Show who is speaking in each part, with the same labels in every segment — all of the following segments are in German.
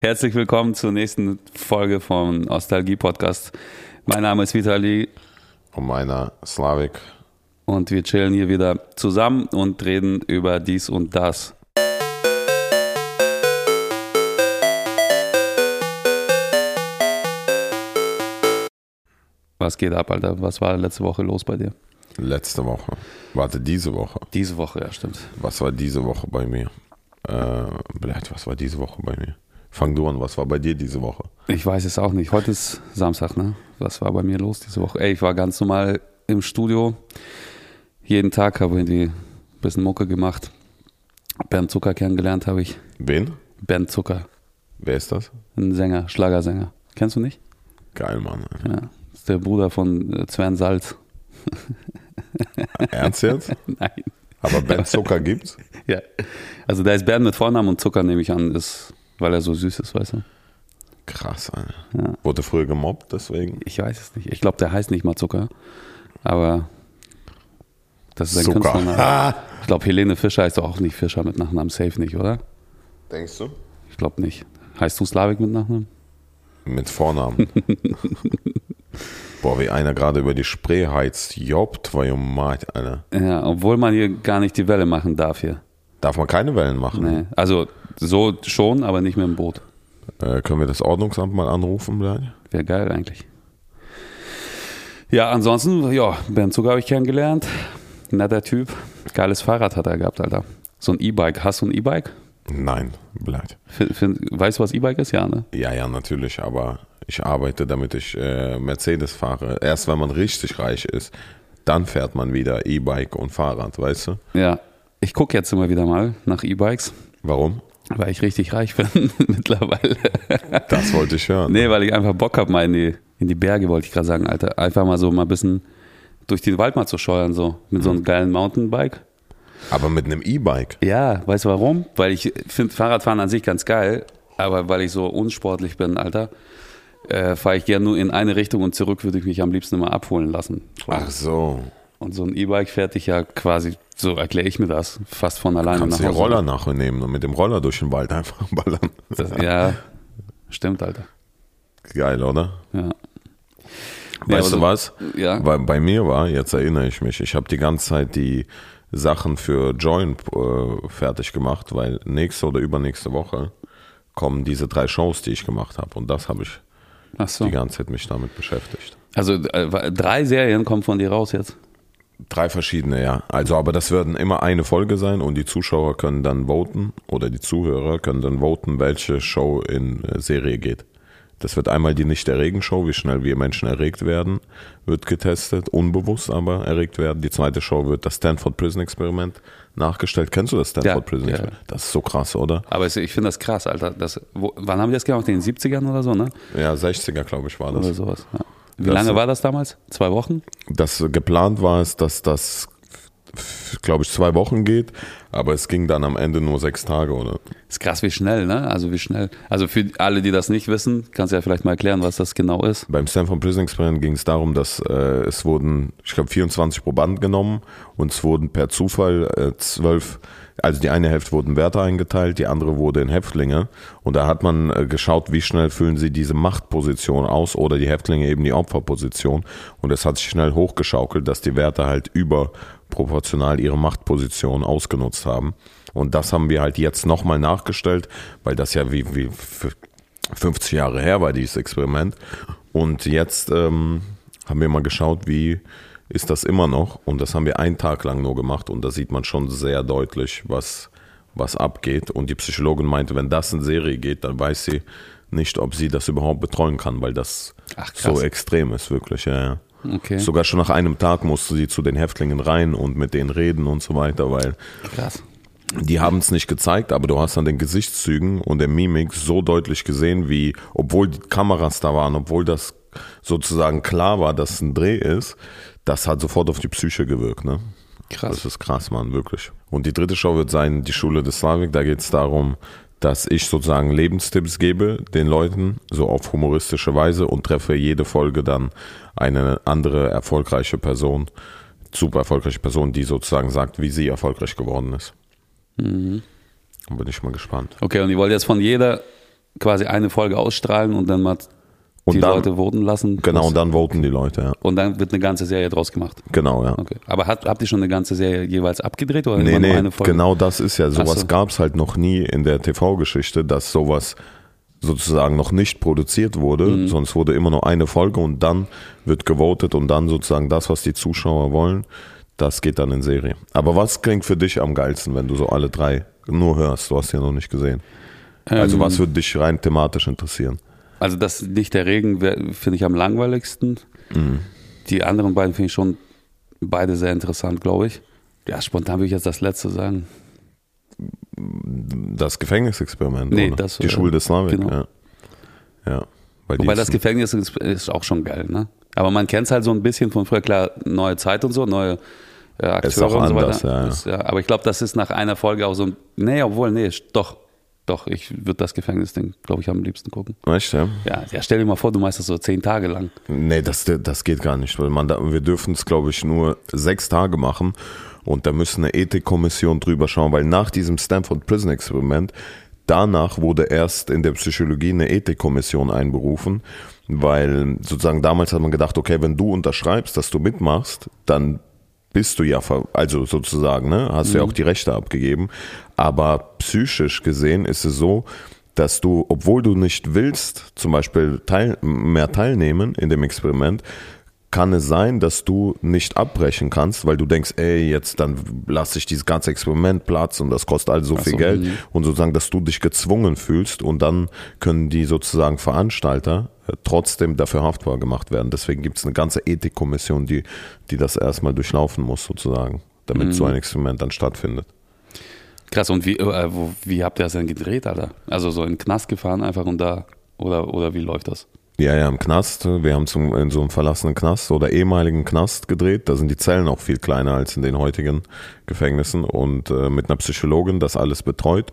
Speaker 1: Herzlich willkommen zur nächsten Folge vom Nostalgie Podcast. Mein Name ist Vitali
Speaker 2: Und meiner Slavik.
Speaker 1: und wir chillen hier wieder zusammen und reden über dies und das. Was geht ab, Alter? Was war letzte Woche los bei dir?
Speaker 2: Letzte Woche. Warte, diese Woche.
Speaker 1: Diese Woche, ja, stimmt.
Speaker 2: Was war diese Woche bei mir? Äh, vielleicht, was war diese Woche bei mir? Fang du an, was war bei dir diese Woche?
Speaker 1: Ich weiß es auch nicht. Heute ist Samstag, ne? Was war bei mir los diese Woche? Ey, ich war ganz normal im Studio. Jeden Tag habe ich irgendwie ein bisschen Mucke gemacht. Bernd Zucker kennengelernt habe ich.
Speaker 2: Wen?
Speaker 1: Bernd Zucker,
Speaker 2: Wer ist das?
Speaker 1: ein Sänger, Schlagersänger. Kennst du nicht?
Speaker 2: Geil, Mann.
Speaker 1: Ja. Ist der Bruder von äh, Sven Salz.
Speaker 2: Ernst jetzt?
Speaker 1: Nein.
Speaker 2: Aber Ben Zucker gibt's?
Speaker 1: Ja. Also da ist Bernd mit Vornamen und Zucker, nehme ich an, ist, weil er so süß ist, weißt du?
Speaker 2: Krass, Alter.
Speaker 1: Ja.
Speaker 2: Wurde früher gemobbt, deswegen.
Speaker 1: Ich weiß es nicht. Ich glaube, der heißt nicht mal Zucker. Aber das ist ein ne?
Speaker 2: Zucker.
Speaker 1: Künstlername. Ich glaube, Helene Fischer heißt doch auch nicht Fischer mit Nachnamen. Safe nicht, oder?
Speaker 2: Denkst du?
Speaker 1: Ich glaube nicht. Heißt du Slavik mit Nachnamen?
Speaker 2: Mit Vornamen. Boah, wie einer gerade über die Spree heizt. Job, твою мать, Alter.
Speaker 1: Ja, obwohl man hier gar nicht die Welle machen darf hier.
Speaker 2: Darf man keine Wellen machen?
Speaker 1: Nee. Also so schon, aber nicht mit dem Boot.
Speaker 2: Äh, können wir das Ordnungsamt mal anrufen, Blei?
Speaker 1: Wäre geil eigentlich. Ja, ansonsten, ja, Bernd Zucker habe ich kennengelernt. Netter Typ. Geiles Fahrrad hat er gehabt, Alter. So ein E-Bike. Hast du ein E-Bike?
Speaker 2: Nein, bleibt.
Speaker 1: Fin- fin- Weißt du, was E-Bike ist? Ja, ne?
Speaker 2: Ja, ja, natürlich, aber ich arbeite, damit ich äh, Mercedes fahre. Erst wenn man richtig reich ist, dann fährt man wieder E-Bike und Fahrrad, weißt du?
Speaker 1: Ja. Ich gucke jetzt immer wieder mal nach E-Bikes,
Speaker 2: Warum?
Speaker 1: weil ich richtig reich bin mittlerweile.
Speaker 2: Das wollte ich hören.
Speaker 1: Nee, weil ich einfach Bock habe, mal in die, in die Berge, wollte ich gerade sagen, Alter. Einfach mal so mal ein bisschen durch den Wald mal zu scheuern, so. Mit so einem
Speaker 2: Mhm.
Speaker 1: geilen Mountainbike.
Speaker 2: Aber mit einem E-Bike.
Speaker 1: Ja, weißt du warum? Weil ich finde Fahrradfahren an sich ganz geil, aber weil ich so unsportlich bin, Alter, äh, fahre ich gerne nur in eine Richtung und zurück würde ich mich am liebsten immer abholen lassen.
Speaker 2: Ach so,
Speaker 1: Und so ein E-Bike fährt ich ja quasi, so erkläre ich mir das, fast von alleine
Speaker 2: kannst du den
Speaker 1: Hause.
Speaker 2: Roller nachnehmen und mit dem Roller durch den Wald einfach ballern.
Speaker 1: Das, ja, stimmt, Alter.
Speaker 2: Geil, oder?
Speaker 1: Ja. Ja,
Speaker 2: Weißt
Speaker 1: aber so-
Speaker 2: du was?
Speaker 1: Ja.
Speaker 2: Weil bei mir war, jetzt erinnere ich mich, ich habe die ganze Zeit die Sachen für Join äh, fertig gemacht, weil nächste oder übernächste Woche kommen diese drei Shows, die ich gemacht habe. Und das habe ich
Speaker 1: Ach so.
Speaker 2: die ganze Zeit mich damit beschäftigt.
Speaker 1: Also äh, drei Serien kommen von dir raus jetzt.
Speaker 2: Drei verschiedene, ja. Also, aber das werden immer eine Folge sein und die Zuschauer können dann voten oder die Zuhörer können dann voten, welche Show in äh, Serie geht. Das wird einmal die Nicht-Erregen-Show, wie schnell wir Menschen erregt werden, wird getestet, unbewusst aber erregt werden. Die zweite Show wird das Stanford Prison Experiment nachgestellt. Kennst du das Stanford
Speaker 1: Ja,
Speaker 2: Prison
Speaker 1: ja.
Speaker 2: Experiment? Das ist so krass, oder?
Speaker 1: Aber es, ich finde das krass, Alter. Das, wo, wann haben die das gemacht? In den 70ern oder so, ne?
Speaker 2: Ja, 60er, glaube ich, war das.
Speaker 1: Oder sowas. Ja. Wie
Speaker 2: Das-
Speaker 1: lange war das damals? Zwei Wochen?
Speaker 2: das geplant war es, dass das, glaube ich, zwei Wochen geht, aber es ging dann am Ende nur sechs Tage, oder?
Speaker 1: Ist krass, wie schnell, ne? Also wie schnell. Also für alle, die das nicht wissen, kannst du ja vielleicht mal erklären, was das genau ist.
Speaker 2: Beim Stanford Prison Experiment ging es darum, dass äh, es wurden, ich glaube, 24 Probanden genommen und es wurden per Zufall äh, zwölf, also die eine Hälfte wurden Wärter eingeteilt, die andere wurde in Häftlinge und da hat man äh, geschaut, wie schnell füllen sie diese Machtposition aus oder die Häftlinge eben die Opferposition und es hat sich schnell hochgeschaukelt, dass die Wärter halt überproportional ihre Machtposition ausgenutzt haben und das haben wir halt jetzt nochmal nachgestellt, weil das ja wie, wie für 50 Jahre her war dieses Experiment. Und jetzt ähm, haben wir mal geschaut, wie ist das immer noch. Und das haben wir einen Tag lang nur gemacht. Und da sieht man schon sehr deutlich, was, was abgeht. Und die Psychologin meinte, wenn das in Serie geht, dann weiß sie nicht, ob sie das überhaupt betreuen kann, weil das
Speaker 1: Ach, krass.
Speaker 2: so extrem ist, wirklich. Ja, ja.
Speaker 1: Okay.
Speaker 2: Sogar schon nach einem Tag musste sie zu den Häftlingen rein und mit denen reden und so weiter, weil
Speaker 1: krass.
Speaker 2: die haben es nicht gezeigt, aber du hast an den Gesichtszügen und der Mimik so deutlich gesehen, wie, obwohl die Kameras da waren, obwohl das sozusagen klar war, dass es ein Dreh ist, das hat sofort auf die Psyche gewirkt, ne? Das
Speaker 1: Krass.
Speaker 2: ist krass, Mann, wirklich. Und die dritte Show wird sein, die Schule des Slavik. Da geht es darum, dass ich sozusagen Lebenstipps gebe den Leuten, so auf humoristische Weise und treffe jede Folge dann eine andere erfolgreiche Person, super erfolgreiche Person, die sozusagen sagt, wie sie erfolgreich geworden ist. Mhm. Bin ich mal gespannt.
Speaker 1: Okay, und ihr wollt jetzt von jeder quasi eine Folge ausstrahlen und dann mal
Speaker 2: Und
Speaker 1: die
Speaker 2: dann,
Speaker 1: Leute voten lassen.
Speaker 2: genau, und dann voten die Leute, ja.
Speaker 1: Und dann wird eine ganze Serie draus gemacht.
Speaker 2: Genau, ja.
Speaker 1: Okay. Aber hat, habt ihr schon eine ganze Serie jeweils abgedreht oder
Speaker 2: Nee,
Speaker 1: immer nur
Speaker 2: nee,
Speaker 1: eine Folge?
Speaker 2: genau das ist ja. Sowas
Speaker 1: Ach so.
Speaker 2: gab es halt noch nie in der TV-Geschichte, dass sowas sozusagen noch nicht produziert wurde,
Speaker 1: Mhm.
Speaker 2: sonst wurde immer nur eine Folge und dann wird gewotet und dann sozusagen das, was die Zuschauer wollen, das geht dann in Serie. Aber was klingt für dich am geilsten, wenn du so alle drei nur hörst? Du hast ja noch nicht gesehen. Also
Speaker 1: Ähm,
Speaker 2: was würde dich rein thematisch interessieren?
Speaker 1: Also das nicht der Regen wär- finde ich am langweiligsten.
Speaker 2: Mhm.
Speaker 1: Die anderen beiden finde ich schon beide sehr interessant, glaube ich. Ja, spontan würde ich jetzt das letzte sagen.
Speaker 2: Das Gefängnisexperiment,
Speaker 1: Nee,
Speaker 2: oder?
Speaker 1: das,
Speaker 2: die
Speaker 1: äh,
Speaker 2: Schule des Slavik,
Speaker 1: genau.
Speaker 2: ja. ja. Weil die
Speaker 1: Wobei das
Speaker 2: ist-
Speaker 1: Gefängnis ist, ist auch schon geil, ne? Aber man kennt es halt so ein bisschen von früher, klar, neue Zeit und so, neue äh, Akteure
Speaker 2: Ist auch
Speaker 1: und so
Speaker 2: anders,
Speaker 1: weiter.
Speaker 2: ja, ja.
Speaker 1: Ist, ja, aber ich glaube, das ist nach einer Folge auch so ein. Nee, obwohl, nee, sch- doch, doch, ich würde das Gefängnisding, glaube ich, am liebsten gucken.
Speaker 2: Weißt du, ja?
Speaker 1: Ja, ja, stell dir mal vor, du machst das so zehn Tage lang.
Speaker 2: Nee, das, das geht gar nicht, weil man da, wir dürfen es, glaube ich, nur sechs Tage machen und da müssen eine Ethikkommission drüber schauen, weil nach diesem Stanford Prison Experiment, danach wurde erst in der Psychologie eine Ethikkommission einberufen, weil sozusagen damals hat man gedacht, okay, wenn du unterschreibst, dass du mitmachst, dann bist du ja, ver also sozusagen, ne, hast du ja auch die Rechte abgegeben. Aber psychisch gesehen ist es so, dass du, obwohl du nicht willst, zum Beispiel teil mehr teilnehmen in dem Experiment, kann es sein, dass du nicht abbrechen kannst, weil du denkst, ey, jetzt dann lasse ich dieses ganze Experiment platzen und das kostet all so
Speaker 1: Ach
Speaker 2: viel
Speaker 1: so,
Speaker 2: Geld
Speaker 1: mhm.
Speaker 2: und sozusagen, dass du dich gezwungen fühlst und dann können die sozusagen Veranstalter äh, trotzdem dafür haftbar gemacht werden. Deswegen gibt es eine ganze Ethikkommission, die, die das erstmal durchlaufen muss sozusagen, damit
Speaker 1: Mhm.
Speaker 2: so ein Experiment dann stattfindet.
Speaker 1: Krass, und wie, äh, wo, wie habt ihr das denn gedreht, Alter? Also so in den Knast gefahren einfach und da, oder, oder wie läuft das?
Speaker 2: Ja, ja, im Knast. Wir haben zum, in so einem verlassenen Knast oder ehemaligen Knast gedreht. Da sind die Zellen auch viel kleiner als in den heutigen Gefängnissen und äh, mit einer Psychologin das alles betreut.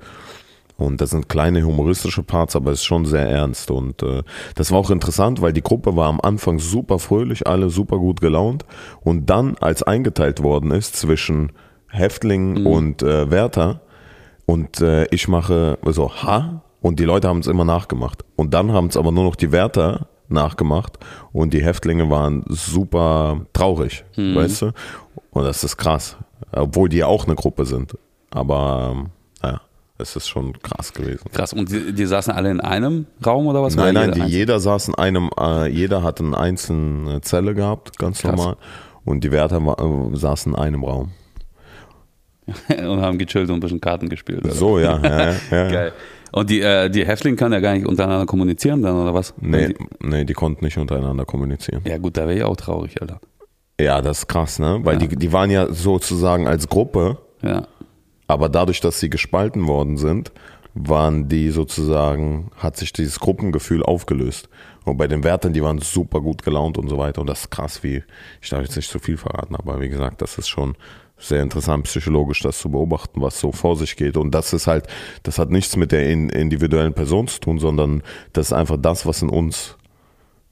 Speaker 2: Und das sind kleine humoristische Parts, aber es ist schon sehr ernst. Und äh, das war auch interessant, weil die Gruppe war am Anfang super fröhlich, alle super gut gelaunt. Und dann, als eingeteilt worden ist zwischen Häftling und äh, Wärter, und äh, ich mache so Ha und die Leute haben es immer nachgemacht. Und dann haben es aber nur noch die Wärter nachgemacht und die Häftlinge waren super traurig,
Speaker 1: Mhm.
Speaker 2: weißt du? Und das ist krass, obwohl die ja auch eine Gruppe sind. Aber ähm, naja, es ist schon krass gewesen.
Speaker 1: Krass, und die, die saßen alle in einem Raum oder was?
Speaker 2: Nein,
Speaker 1: Oder
Speaker 2: nein, die,
Speaker 1: einzeln?
Speaker 2: jeder saß in einem, äh, jeder hatte eine einzelne Zelle gehabt, ganz
Speaker 1: Krass.
Speaker 2: normal. Und die Wärter wa- äh, saßen in einem Raum.
Speaker 1: und haben gechillt und ein bisschen Karten gespielt. Oder?
Speaker 2: So, ja, ja, ja. ja.
Speaker 1: Geil. Und die, äh, die Häftlinge können ja gar nicht untereinander kommunizieren dann, oder was?
Speaker 2: Nee,
Speaker 1: Die,
Speaker 2: nee, die konnten nicht untereinander kommunizieren.
Speaker 1: ja gut, da wäre ich auch traurig, Alter.
Speaker 2: Ja, das ist krass, ne? Weil die, die waren ja sozusagen als Gruppe,
Speaker 1: Ja.
Speaker 2: aber dadurch, dass sie gespalten worden sind, waren die sozusagen, hat sich dieses Gruppengefühl aufgelöst. Und bei den Wärtern, die waren super gut gelaunt und so weiter. Und das ist krass, wie, ich darf jetzt nicht zu viel verraten, aber wie gesagt, das ist schon sehr interessant, psychologisch das zu beobachten, was so vor sich geht. Und das ist halt, das hat nichts mit der in, individuellen Person zu tun, sondern das ist einfach das, was in uns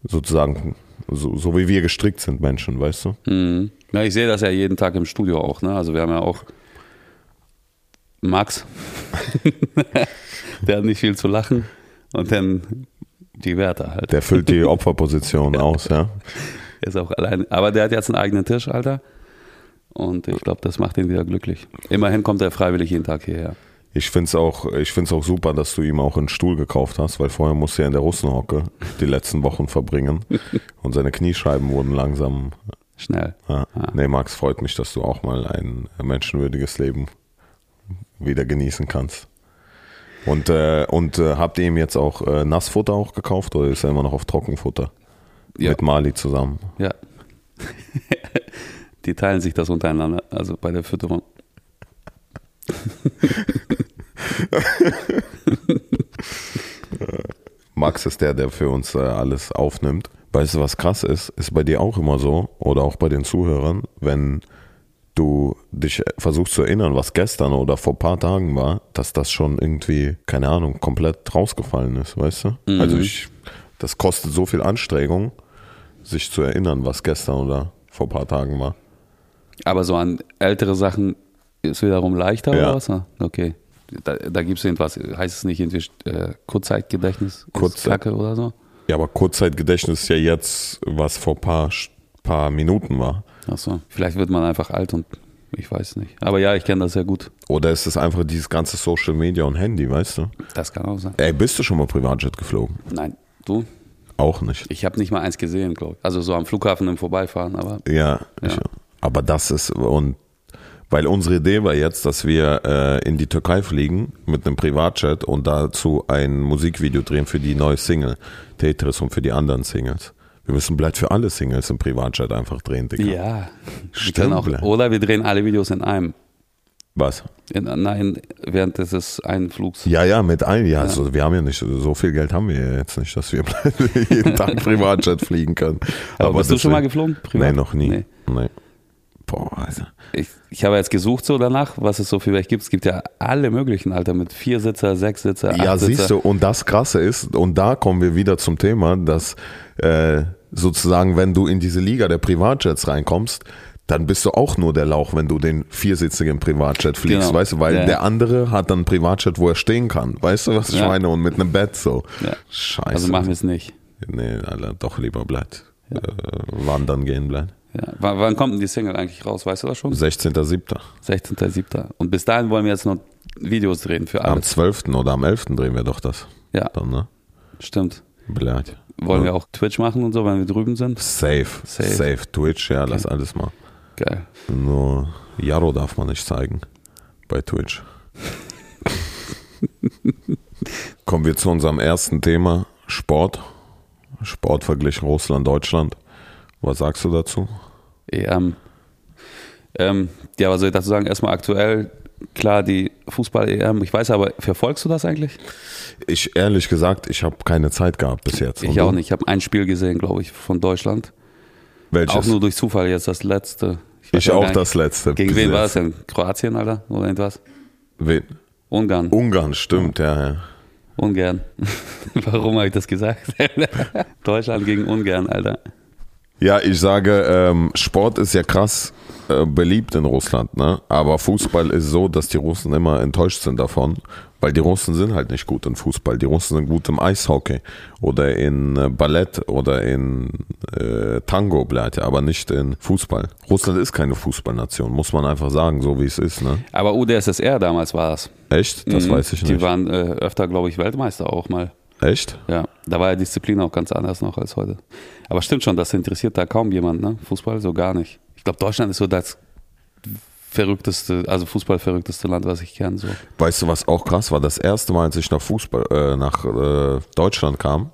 Speaker 2: sozusagen, so, so wie wir gestrickt sind, Menschen, weißt du?
Speaker 1: Mhm. Na, ich sehe das ja jeden Tag im Studio auch, ne? Also wir haben ja auch Max, der hat nicht viel zu lachen und dann die Wärter halt.
Speaker 2: Der füllt die Opferposition aus, ja.
Speaker 1: Der ist auch allein. Aber der hat jetzt einen eigenen Tisch, Alter. Und ich glaube, das macht ihn wieder glücklich. Immerhin kommt er freiwillig jeden Tag hierher.
Speaker 2: Ich finde es auch, ich find's auch super, dass du ihm auch einen Stuhl gekauft hast, weil vorher musste er in der Russenhocke die letzten Wochen verbringen und seine Kniescheiben wurden langsam.
Speaker 1: Schnell.
Speaker 2: Ja.
Speaker 1: Ah.
Speaker 2: Nee, Max, freut mich, dass du auch mal ein menschenwürdiges Leben wieder genießen kannst. Und, äh, und äh, habt ihr ihm jetzt auch äh, Nassfutter auch gekauft oder ist er immer noch auf Trockenfutter?
Speaker 1: Ja.
Speaker 2: Mit Mali zusammen.
Speaker 1: Ja. Die teilen sich das untereinander, also bei der Fütterung.
Speaker 2: Max ist der, der für uns äh, alles aufnimmt. Weißt du, was krass ist? Ist bei dir auch immer so oder auch bei den Zuhörern, wenn du dich äh, versuchst zu erinnern, was gestern oder vor ein paar Tagen war, dass das schon irgendwie, keine Ahnung, komplett rausgefallen ist, weißt du? Also ich, das kostet so viel Anstrengung, sich zu erinnern, was gestern oder vor ein paar Tagen war.
Speaker 1: Aber so an ältere Sachen ist wiederum leichter
Speaker 2: Ja.
Speaker 1: oder was? Okay. Da, da gibt es irgendwas, heißt es nicht irgendwie äh, Kurzzeitgedächtnis? ist
Speaker 2: Kurzzeit-
Speaker 1: Kacke oder so?
Speaker 2: Ja, aber Kurzzeitgedächtnis ist ja jetzt, was vor paar, paar Minuten war.
Speaker 1: Achso, vielleicht wird man einfach alt und ich weiß nicht. Aber ja, ich kenne das sehr gut.
Speaker 2: Oder ist es einfach dieses ganze Social Media und Handy, weißt du?
Speaker 1: Das kann auch sein.
Speaker 2: Ey, bist du schon mal Privatjet geflogen?
Speaker 1: Nein, du?
Speaker 2: Auch nicht.
Speaker 1: Ich habe nicht mal eins gesehen, glaube ich. Also so am Flughafen im Vorbeifahren, aber
Speaker 2: Ja, Ich,
Speaker 1: Ja.
Speaker 2: aber das ist, und weil unsere Idee war jetzt, dass wir äh, in die Türkei fliegen mit einem Privatjet und dazu ein Musikvideo drehen für die neue Single, Tetris und für die anderen Singles. Wir müssen bleibt für alle Singles im Privatjet einfach drehen, Digga.
Speaker 1: ja. Wir können
Speaker 2: Stimmt, ne?
Speaker 1: auch,
Speaker 2: Blatt.
Speaker 1: oder wir drehen alle Videos in einem.
Speaker 2: Was?
Speaker 1: In, nein, während des einen Flugs.
Speaker 2: Ja, ja, mit ein, ja, also wir haben ja nicht, so viel Geld haben wir ja jetzt nicht, dass wir jeden Tag Privatjet fliegen können.
Speaker 1: aber bist du schon mal
Speaker 2: deswegen-
Speaker 1: geflogen?
Speaker 2: Nein, noch nie.
Speaker 1: Nee.
Speaker 2: Nee. Boah, also. Alter.
Speaker 1: Ich, ich habe jetzt gesucht so danach, was es so für welche gibt. Es gibt ja alle möglichen, Alter, mit Viersitzer, Sechssitzer,
Speaker 2: Ja,
Speaker 1: Achtsitzer.
Speaker 2: siehst du, und das Krasse ist, und da kommen wir wieder zum Thema, dass äh, sozusagen, wenn du in diese Liga der Privatjets reinkommst, dann bist du auch nur der Lauch, wenn du den viersitzigen Privatjet fliegst,
Speaker 1: Genau.
Speaker 2: weißt du, weil
Speaker 1: Ja.
Speaker 2: der andere hat dann einen Privatjet, wo er stehen kann, weißt du, was ich
Speaker 1: Ja.
Speaker 2: meine, und mit einem Bett so.
Speaker 1: Ja.
Speaker 2: Scheiße.
Speaker 1: Also machen wir es nicht.
Speaker 2: Nee, Alter, doch lieber bleibt. Äh, wandern gehen bleibt.
Speaker 1: Ja. W- Wann kommt denn die Single eigentlich raus? Weißt du das schon?
Speaker 2: 16.07.
Speaker 1: 16.07. Und bis dahin wollen wir jetzt noch Videos drehen für
Speaker 2: Am
Speaker 1: alles.
Speaker 2: 12. oder am 11. drehen wir doch das.
Speaker 1: Ja,
Speaker 2: Dann, ne?
Speaker 1: stimmt.
Speaker 2: Bleibt.
Speaker 1: Wollen wir auch Twitch machen und so, wenn wir drüben sind?
Speaker 2: Safe.
Speaker 1: Safe.
Speaker 2: Safe. Twitch, ja, lass alles mal.
Speaker 1: Geil.
Speaker 2: Nur Jaro darf man nicht zeigen bei Twitch. Kommen wir zu unserem ersten Thema: Sport. Sport verglichen Russland, Deutschland. Was sagst du dazu?
Speaker 1: EM. Ähm, ja, was soll ich dazu sagen? Erstmal aktuell, klar, die Fußball-EM. Ich weiß aber, verfolgst du das eigentlich?
Speaker 2: Ich ehrlich gesagt, ich habe keine Zeit gehabt bis jetzt. Und
Speaker 1: Ich
Speaker 2: du?
Speaker 1: auch nicht. Ich habe ein Spiel gesehen, glaube ich, von Deutschland.
Speaker 2: Welches?
Speaker 1: Auch nur durch Zufall jetzt das letzte. weiß
Speaker 2: ich
Speaker 1: ja gar
Speaker 2: auch
Speaker 1: nicht.
Speaker 2: das letzte.
Speaker 1: Gegen
Speaker 2: bis
Speaker 1: wen war
Speaker 2: jetzt.
Speaker 1: das denn? Kroatien, Alter? Oder irgendwas?
Speaker 2: Wen?
Speaker 1: Ungarn.
Speaker 2: Ungarn, stimmt, ja, ja.
Speaker 1: Ungarn. Warum habe ich das gesagt? Deutschland gegen Ungarn, Alter.
Speaker 2: Ja, ich sage, ähm, Sport ist ja krass äh, beliebt in Russland, ne? Aber Fußball ist so, dass die Russen immer enttäuscht sind davon, weil die Russen sind halt nicht gut in Fußball. Die Russen sind gut im Eishockey oder in äh, Ballett oder in äh, Tango, bleibt, aber nicht in Fußball. Russland ist keine Fußballnation, muss man einfach sagen, so wie es ist, ne?
Speaker 1: Aber UdSSR damals war das.
Speaker 2: Echt? Das
Speaker 1: Mhm.
Speaker 2: weiß ich
Speaker 1: Die
Speaker 2: nicht.
Speaker 1: waren äh, öfter, glaube ich, Weltmeister auch mal.
Speaker 2: Echt?
Speaker 1: Ja, da war ja Disziplin auch ganz anders noch als heute. Aber stimmt schon, das interessiert da kaum jemand, ne? Fußball so gar nicht. Ich glaube, Deutschland ist so das verrückteste, also Fußballverrückteste Land, was ich kenne. So.
Speaker 2: Weißt du, was auch krass war? Das erste Mal, als ich nach Fußball, äh, nach äh, Deutschland kam,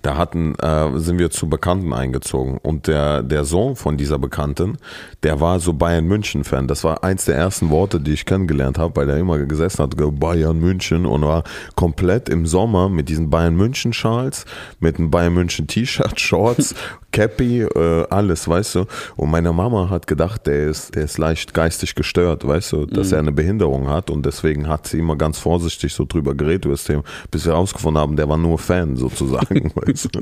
Speaker 2: da hatten, äh, sind wir zu Bekannten eingezogen. Und der, der Sohn von dieser Bekannten, der war so Bayern München-Fan. Das war eins der ersten Worte, die ich kennengelernt habe, weil er immer gesessen hat, ge- Bayern München und war komplett im Sommer mit diesen Bayern München-Schals, mit einem Bayern München-T-Shirt, Shorts, Cappy, äh, alles, weißt du. Und meine Mama hat gedacht, der ist, der ist leicht geistig gestört, weißt du, dass er eine Behinderung hat. Und deswegen hat sie immer ganz vorsichtig so drüber geredet über das Thema, bis wir herausgefunden haben, der war nur Fan sozusagen, weißt du.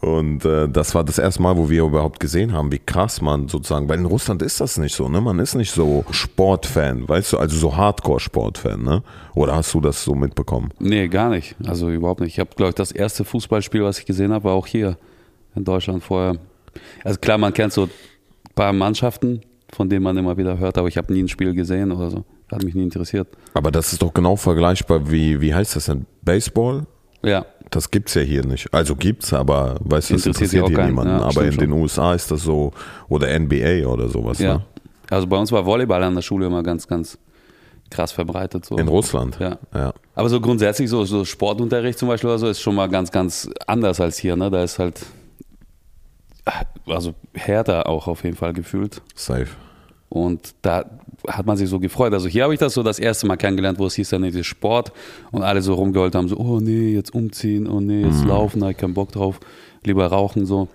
Speaker 2: Und äh, das war das erste Mal, wo wir überhaupt gesehen haben, wie krass man sozusagen, weil in Russland ist das nicht so, ne? Man ist nicht so Sportfan, weißt du, also so Hardcore-Sportfan, ne? Oder hast du das so mitbekommen?
Speaker 1: Nee, gar nicht. Also überhaupt nicht. Ich habe, glaube ich, das erste Fußballspiel, was ich gesehen habe, war auch hier in Deutschland vorher. Also klar, man kennt so ein paar Mannschaften, von denen man immer wieder hört, aber ich habe nie ein Spiel gesehen oder so. Hat mich nie interessiert.
Speaker 2: Aber das ist doch genau vergleichbar wie, wie heißt das denn? Baseball?
Speaker 1: Ja,
Speaker 2: Das gibt's ja hier nicht. Also gibt's, aber weißt du,
Speaker 1: Interessiert
Speaker 2: das
Speaker 1: ja
Speaker 2: interessiert
Speaker 1: auch
Speaker 2: hier
Speaker 1: keinen.
Speaker 2: niemanden.
Speaker 1: Ja,
Speaker 2: aber
Speaker 1: stimmt
Speaker 2: in den USA ist das so, oder NBA oder sowas,
Speaker 1: ja.
Speaker 2: ne?
Speaker 1: Also bei uns war Volleyball an der Schule immer ganz, ganz krass verbreitet. So.
Speaker 2: In Russland.
Speaker 1: Ja.
Speaker 2: ja.
Speaker 1: Aber so grundsätzlich, so, so Sportunterricht zum Beispiel oder so, ist schon mal ganz, ganz anders als hier. Ne? Da ist halt, also härter auch auf jeden Fall gefühlt.
Speaker 2: Safe.
Speaker 1: Und da hat man sich so gefreut. Also hier habe ich das so das erste Mal kennengelernt, wo es hieß dann nee, das ist Sport und alle so rumgeheult haben, so, oh nee, jetzt umziehen, oh nee, jetzt laufen, da habe ich keinen Bock drauf, lieber rauchen so.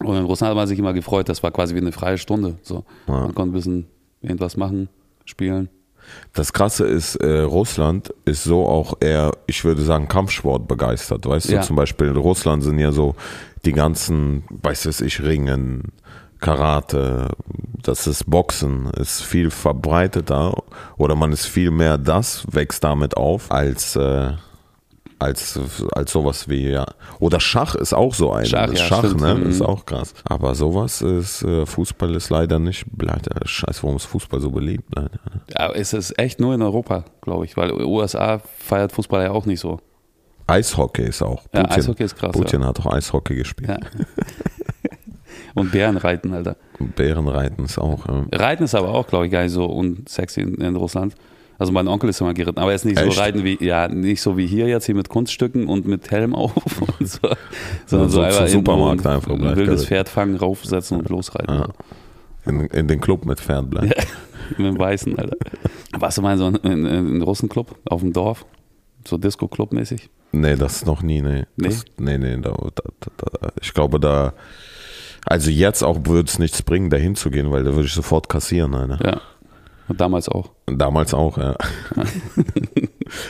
Speaker 1: Und in Russland hat man sich immer gefreut, das war quasi wie eine freie Stunde. So.
Speaker 2: Ja.
Speaker 1: Man konnte ein bisschen irgendwas machen, spielen.
Speaker 2: Das Krasse ist, äh, Russland ist so auch eher, ich würde sagen, Kampfsport begeistert. Weißt
Speaker 1: Ja.
Speaker 2: du, zum Beispiel in Russland sind ja so die ganzen, weiß was ich, Ringen, Karate, das ist Boxen, ist viel verbreiteter oder man ist viel mehr das, wächst damit auf, als, äh, als, als sowas wie, ja. Oder Schach ist auch so ein.
Speaker 1: Schach, ja, stimmt.
Speaker 2: ne?
Speaker 1: Mhm.
Speaker 2: Ist auch krass. Aber sowas ist, äh, Fußball ist leider nicht, leider, scheiße, warum ist Fußball so beliebt? ne? Leider.
Speaker 1: Aber es ist echt nur in Europa, glaube ich, weil USA feiert Fußball ja auch nicht so.
Speaker 2: Eishockey ist auch.
Speaker 1: Ja, Eishockey ist krass,
Speaker 2: Putin hat auch Eishockey gespielt.
Speaker 1: Ja. Und Bären reiten, Alter.
Speaker 2: Bärenreiten ist auch. ähm, Ja.
Speaker 1: Reiten ist aber auch, glaube ich, gar nicht so unsexy in, in Russland. Also mein Onkel ist immer geritten, aber er ist nicht
Speaker 2: Echt?
Speaker 1: so reiten wie, ja, nicht so wie hier jetzt hier mit Kunststücken und mit Helm auf und so, sondern so
Speaker 2: so zum
Speaker 1: einfach
Speaker 2: Supermarkt
Speaker 1: hinten
Speaker 2: einfach
Speaker 1: ein
Speaker 2: gleich
Speaker 1: wildes
Speaker 2: geritten.
Speaker 1: Pferd fangen, raufsetzen und losreiten.
Speaker 2: Ja. In, in den Club mit Fernbleiben.
Speaker 1: Mit dem Weißen, Alter. Warst du mal in so einem in, in, in Russenclub auf dem Dorf? So Disco-Club-mäßig?
Speaker 2: Nee, das noch nie, nee.
Speaker 1: Nee?
Speaker 2: Das, nee, nee, da, da, da, da, ich glaube, da. Also jetzt auch würde es nichts bringen, da hinzugehen, weil da würde ich sofort kassieren, eine.
Speaker 1: Ja. Und damals auch.
Speaker 2: Damals auch, ja.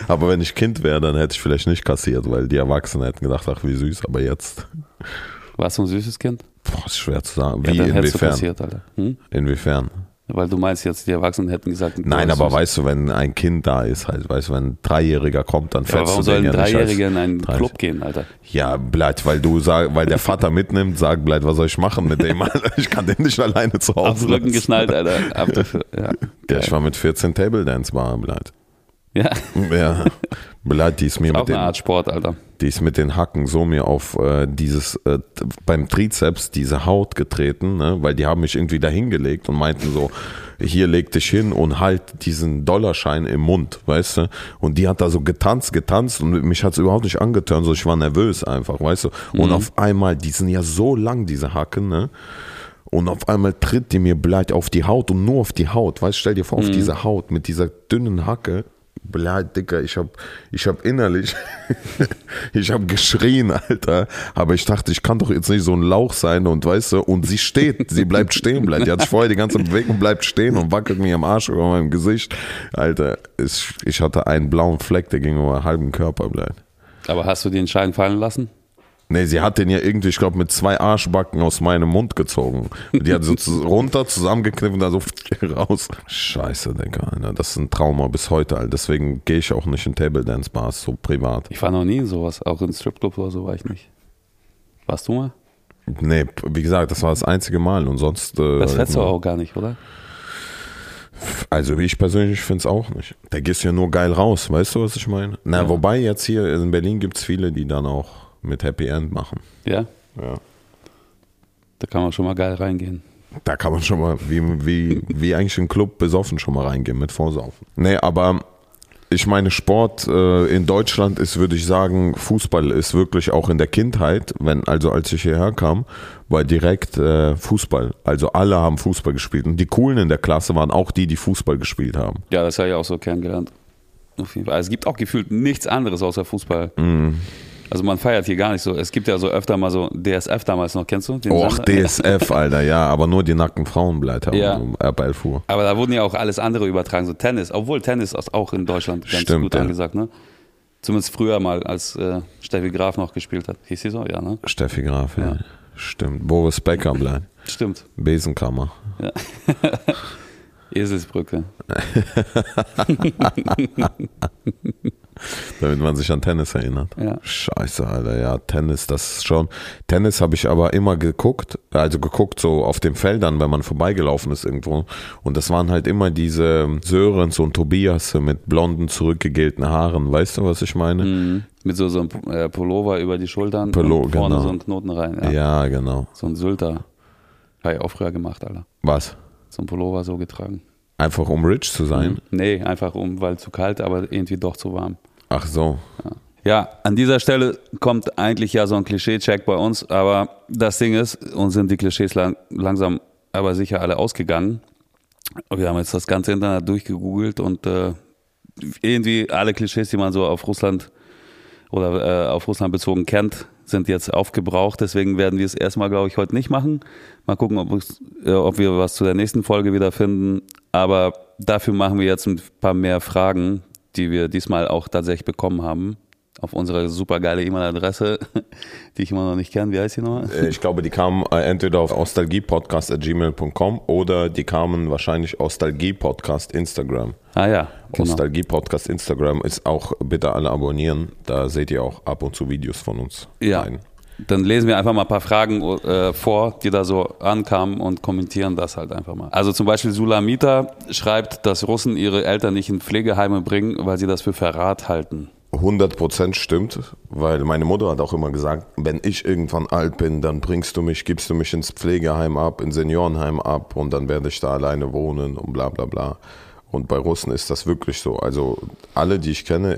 Speaker 2: aber wenn ich Kind wäre, dann hätte ich vielleicht nicht kassiert, weil die Erwachsenen hätten gedacht, ach, wie süß, aber jetzt.
Speaker 1: Warst du ein süßes Kind?
Speaker 2: Boah, ist schwer zu sagen.
Speaker 1: Ja,
Speaker 2: Wie,
Speaker 1: dann hättest du
Speaker 2: inwiefern?
Speaker 1: passiert, Alter. Hm?
Speaker 2: Inwiefern?
Speaker 1: Weil du meinst jetzt, die Erwachsenen hätten gesagt,
Speaker 2: Nein, aber
Speaker 1: weißt
Speaker 2: weißt du, wenn ein Kind da ist, halt, weißt du, wenn ein Dreijähriger kommt, dann
Speaker 1: du, aber
Speaker 2: fährst
Speaker 1: warum
Speaker 2: du
Speaker 1: soll
Speaker 2: den
Speaker 1: ein
Speaker 2: ja nicht als,
Speaker 1: Dreijähriger in einen
Speaker 2: Dreißig.
Speaker 1: Club gehen, Alter?
Speaker 2: Ja, bleibt, weil du sag, weil der Vater mitnimmt, sagt, bleibt, was soll ich machen mit dem? Alter? Ich kann den nicht alleine zu
Speaker 1: Auf
Speaker 2: Hause
Speaker 1: den Rücken
Speaker 2: lassen.
Speaker 1: geschnallt, Alter. Ab dafür. Ja.
Speaker 2: Ja, ich war mit 14 Table Dance Bar, bleibt.
Speaker 1: ja.
Speaker 2: Ja, bleibt, die ist mir
Speaker 1: Auch
Speaker 2: mit
Speaker 1: eine
Speaker 2: den,
Speaker 1: Art Sport, Alter.
Speaker 2: die ist mit den Hacken so mir auf äh, dieses äh, t- beim Trizeps diese Haut getreten, ne? weil die haben mich irgendwie dahingelegt und meinten so, hier leg dich hin und halt diesen Dollarschein im Mund, weißt du? Und die hat da so getanzt, getanzt und mich hat's überhaupt nicht angetönt, so ich war nervös einfach, weißt du? Und auf einmal, die sind ja so lang diese Hacken, ne? Und auf einmal tritt die mir bleit auf die Haut und nur auf die Haut. Weißt, stell dir vor, auf diese Haut mit dieser dünnen Hacke. Bleit, Dicker, ich hab, ich hab innerlich, ich hab geschrien, Alter. Aber ich dachte, ich kann doch jetzt nicht so ein Lauch sein und weißt du, und sie steht, sie bleibt stehen, bleibt. Die hat sich vorher die ganze Bewegung, bleibt stehen und wackelt mir am Arsch über meinem Gesicht. Alter, ich, ich hatte einen blauen Fleck, der ging über meinen halben Körper, bleibt.
Speaker 1: Aber hast du den Schein fallen lassen?
Speaker 2: Nee, sie hat den ja irgendwie, ich glaube, mit zwei Arschbacken aus meinem Mund gezogen. Die hat so zu- runter, zusammengekniffen, da so raus. Scheiße, Digga, Alter. Das ist ein Trauma bis heute, Alter. Deswegen gehe ich auch nicht in Table Dance Bars, so privat.
Speaker 1: Ich war noch nie in sowas. Auch in Stripclub oder so war ich nicht. Warst du mal?
Speaker 2: Nee, p- wie gesagt, das war das einzige Mal und sonst. Äh,
Speaker 1: Das fährst du auch gar nicht, oder?
Speaker 2: Also ich persönlich finde es auch nicht. Da gehst du ja nur geil raus, weißt du, was ich meine? Na,
Speaker 1: Ja.
Speaker 2: wobei jetzt hier in Berlin gibt es viele, die dann auch mit Happy End machen.
Speaker 1: Ja.
Speaker 2: Ja.
Speaker 1: Da kann man schon mal geil reingehen.
Speaker 2: Da kann man schon mal, wie, wie, wie eigentlich im Club besoffen schon mal reingehen mit Vorsaufen. Nee, aber ich meine, Sport äh, in Deutschland ist, würde ich sagen, Fußball ist wirklich auch in der Kindheit, wenn, also als ich hierher kam, war direkt äh, Fußball. Also alle haben Fußball gespielt. Und die coolen in der Klasse waren auch die, die Fußball gespielt haben.
Speaker 1: Ja, das habe ich auch so kennengelernt. Auf jeden Fall. Also es gibt auch gefühlt nichts anderes außer Fußball.
Speaker 2: Mhm.
Speaker 1: Also man feiert hier gar nicht so. Es gibt ja so öfter mal so DSF damals noch, kennst du? Den
Speaker 2: Och,
Speaker 1: Sender?
Speaker 2: DSF, Alter, ja, aber nur die nackten Frauen bleibt haben
Speaker 1: Ja.
Speaker 2: um ab 11 Uhr.
Speaker 1: Aber da wurden ja auch alles andere übertragen, so Tennis, obwohl Tennis ist auch in Deutschland ganz
Speaker 2: Stimmt,
Speaker 1: gut
Speaker 2: ja.
Speaker 1: angesagt, ne? Zumindest früher mal, als äh, Steffi Graf noch gespielt hat. Hieß sie so? Ja, ne?
Speaker 2: Steffi Graf, ja.
Speaker 1: Ja.
Speaker 2: Stimmt. Boris Becker bleibt.
Speaker 1: Stimmt.
Speaker 2: Besenkammer.
Speaker 1: Ja. Eselsbrücke.
Speaker 2: Damit man sich an Tennis erinnert.
Speaker 1: Ja.
Speaker 2: Scheiße, Alter, ja, Tennis, das ist schon. Tennis habe ich aber immer geguckt, also geguckt so auf den Feldern, wenn man vorbeigelaufen ist irgendwo. Und das waren halt immer diese Sörens und Tobias mit blonden, zurückgegelten Haaren. Weißt du, was ich meine?
Speaker 1: Mhm. Mit so, so einem äh, Pullover über die Schultern
Speaker 2: Pullo-
Speaker 1: und vorne
Speaker 2: genau.
Speaker 1: so einen Knoten rein.
Speaker 2: Ja.
Speaker 1: Ja.
Speaker 2: genau.
Speaker 1: So ein Sylter. Habe ich auch früher gemacht, Alter.
Speaker 2: Was?
Speaker 1: So ein Pullover so getragen.
Speaker 2: Einfach um rich zu sein?
Speaker 1: Hm. Nee, einfach um, weil zu kalt, aber irgendwie doch zu warm.
Speaker 2: Ach so.
Speaker 1: Ja, an dieser Stelle kommt eigentlich ja so ein Klischee-Check bei uns, aber das Ding ist, uns sind die Klischees lang, langsam aber sicher alle ausgegangen. Wir haben jetzt das ganze Internet durchgegoogelt und äh, irgendwie alle Klischees, die man so auf Russland oder äh, auf Russland bezogen kennt, sind jetzt aufgebraucht. Deswegen werden wir es erstmal, glaube ich, heute nicht machen. Mal gucken, ob, es- äh, ob wir was zu der nächsten Folge wieder finden. Aber dafür machen wir jetzt ein paar mehr Fragen, die wir diesmal auch tatsächlich bekommen haben auf unsere super geile E-Mail-Adresse, die ich immer noch nicht kenne. Wie heißt die nochmal?
Speaker 2: Äh, Ich glaube, die kamen äh, entweder auf ostalgiepodcast.gmail.com oder die kamen wahrscheinlich ostalgiepodcast Instagram.
Speaker 1: Ah ja, genau.
Speaker 2: Ostalgie-Podcast Instagram ist auch bitte alle abonnieren. Da seht ihr auch ab und zu Videos von uns.
Speaker 1: Ja.
Speaker 2: rein.
Speaker 1: Dann lesen wir einfach mal ein paar Fragen äh, vor, die da so ankamen und kommentieren das halt einfach mal. Also zum Beispiel Sulamita schreibt, dass Russen ihre Eltern nicht in Pflegeheime bringen, weil sie das für Verrat halten.
Speaker 2: 100% stimmt, weil meine Mutter hat auch immer gesagt, wenn ich irgendwann alt bin, dann bringst du mich, gibst du mich ins Pflegeheim ab, ins Seniorenheim ab und dann werde ich da alleine wohnen und bla bla bla. Und bei Russen ist das wirklich so. Also alle, die ich kenne,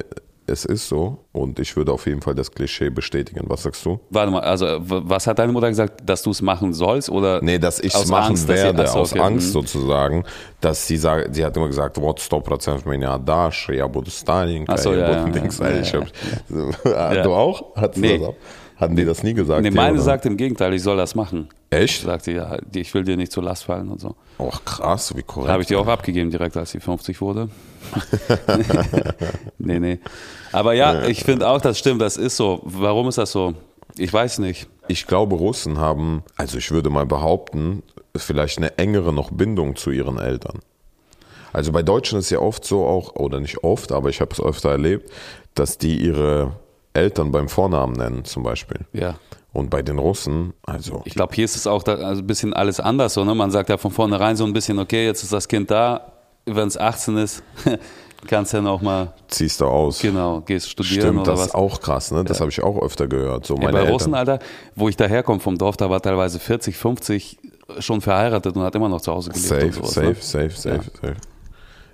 Speaker 2: es ist so und ich würde auf jeden Fall das Klischee bestätigen. Was sagst du?
Speaker 1: Warte mal, also w- was hat deine Mutter gesagt, dass du es machen sollst oder?
Speaker 2: Nee, dass ich es
Speaker 1: Aus
Speaker 2: machen
Speaker 1: Angst, dass sie-
Speaker 2: werde,
Speaker 1: Ach so,
Speaker 2: aus
Speaker 1: okay,
Speaker 2: Angst
Speaker 1: mhm.
Speaker 2: sozusagen, dass sie sagt, sie hat immer gesagt, вот сто процентов меня дашь, я буду Stalin,
Speaker 1: Ach so,
Speaker 2: я
Speaker 1: ja,
Speaker 2: буду
Speaker 1: ja,
Speaker 2: Dings,
Speaker 1: ja,
Speaker 2: ey,
Speaker 1: ja,
Speaker 2: ich
Speaker 1: ja,
Speaker 2: hab- Ah, Du
Speaker 1: Ja.
Speaker 2: auch? Hatten,
Speaker 1: Nee.
Speaker 2: das auch? Hatten die das nie gesagt?
Speaker 1: Nee,
Speaker 2: dir,
Speaker 1: meine
Speaker 2: oder?
Speaker 1: sagt im Gegenteil, ich soll das machen.
Speaker 2: Echt?
Speaker 1: Sagt sie, ja, die- ich will dir nicht zur Last fallen und so.
Speaker 2: Ach krass, wie korrekt.
Speaker 1: Habe ich die auch abgegeben direkt, als sie 50 wurde. nee, nee. Aber ja, ich finde auch, das stimmt, das ist so. Warum ist das so? Ich weiß nicht.
Speaker 2: Ich glaube, Russen haben, also ich würde mal behaupten, vielleicht eine engere noch Bindung zu ihren Eltern. Also bei Deutschen ist ja oft so auch, oder nicht oft, aber ich habe es öfter erlebt, dass die ihre Eltern beim Vornamen nennen zum Beispiel.
Speaker 1: Ja.
Speaker 2: Und bei den Russen, also
Speaker 1: Ich glaube, hier ist es auch da, also ein bisschen alles anders. So, ne? Man sagt ja von vornherein so ein bisschen, okay, jetzt ist das Kind da, wenn es 18 ist, kannst du dann auch mal,
Speaker 2: ziehst du aus.
Speaker 1: genau, gehst studieren
Speaker 2: Stimmt,
Speaker 1: oder
Speaker 2: das
Speaker 1: was.
Speaker 2: ist auch krass, ne? Das habe ich auch öfter gehört. So
Speaker 1: Ja,
Speaker 2: meine
Speaker 1: bei
Speaker 2: Eltern.
Speaker 1: Russen, Alter, wo ich daherkomme vom Dorf, da war teilweise 40, 50 schon verheiratet und hat immer noch zu Hause gelebt.
Speaker 2: safe,
Speaker 1: und sowas,
Speaker 2: safe,
Speaker 1: ne?
Speaker 2: safe, safe, safe.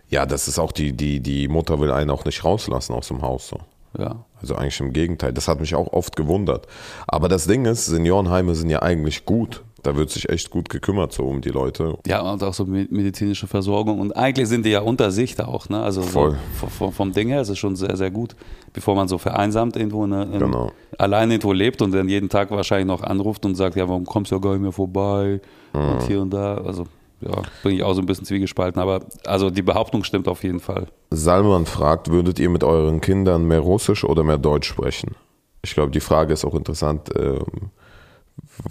Speaker 2: Ja, das ist auch die, die, die Mutter will einen auch nicht rauslassen aus dem Haus. So.
Speaker 1: Ja.
Speaker 2: Also eigentlich im Gegenteil. Das hat mich auch oft gewundert. Aber das Ding ist, Seniorenheime sind ja eigentlich gut. Da wird sich echt gut gekümmert so um die Leute.
Speaker 1: ja, und auch so me- medizinische Versorgung. Und eigentlich sind die ja unter sich da auch. Ne? Also
Speaker 2: Voll.
Speaker 1: So, vom, vom Ding her ist es schon sehr, sehr gut, bevor man so vereinsamt irgendwo ne, in,
Speaker 2: Genau.
Speaker 1: allein irgendwo lebt und dann jeden Tag wahrscheinlich noch anruft und sagt, ja, warum kommst du ja gar nicht mehr vorbei
Speaker 2: Mhm.
Speaker 1: und hier und da. Also ja, bin ich auch so ein bisschen zwiegespalten. Aber also die Behauptung stimmt auf jeden Fall.
Speaker 2: Salman fragt, würdet ihr mit euren Kindern mehr Russisch oder mehr Deutsch sprechen? Ich glaube, die Frage ist auch interessant, ähm,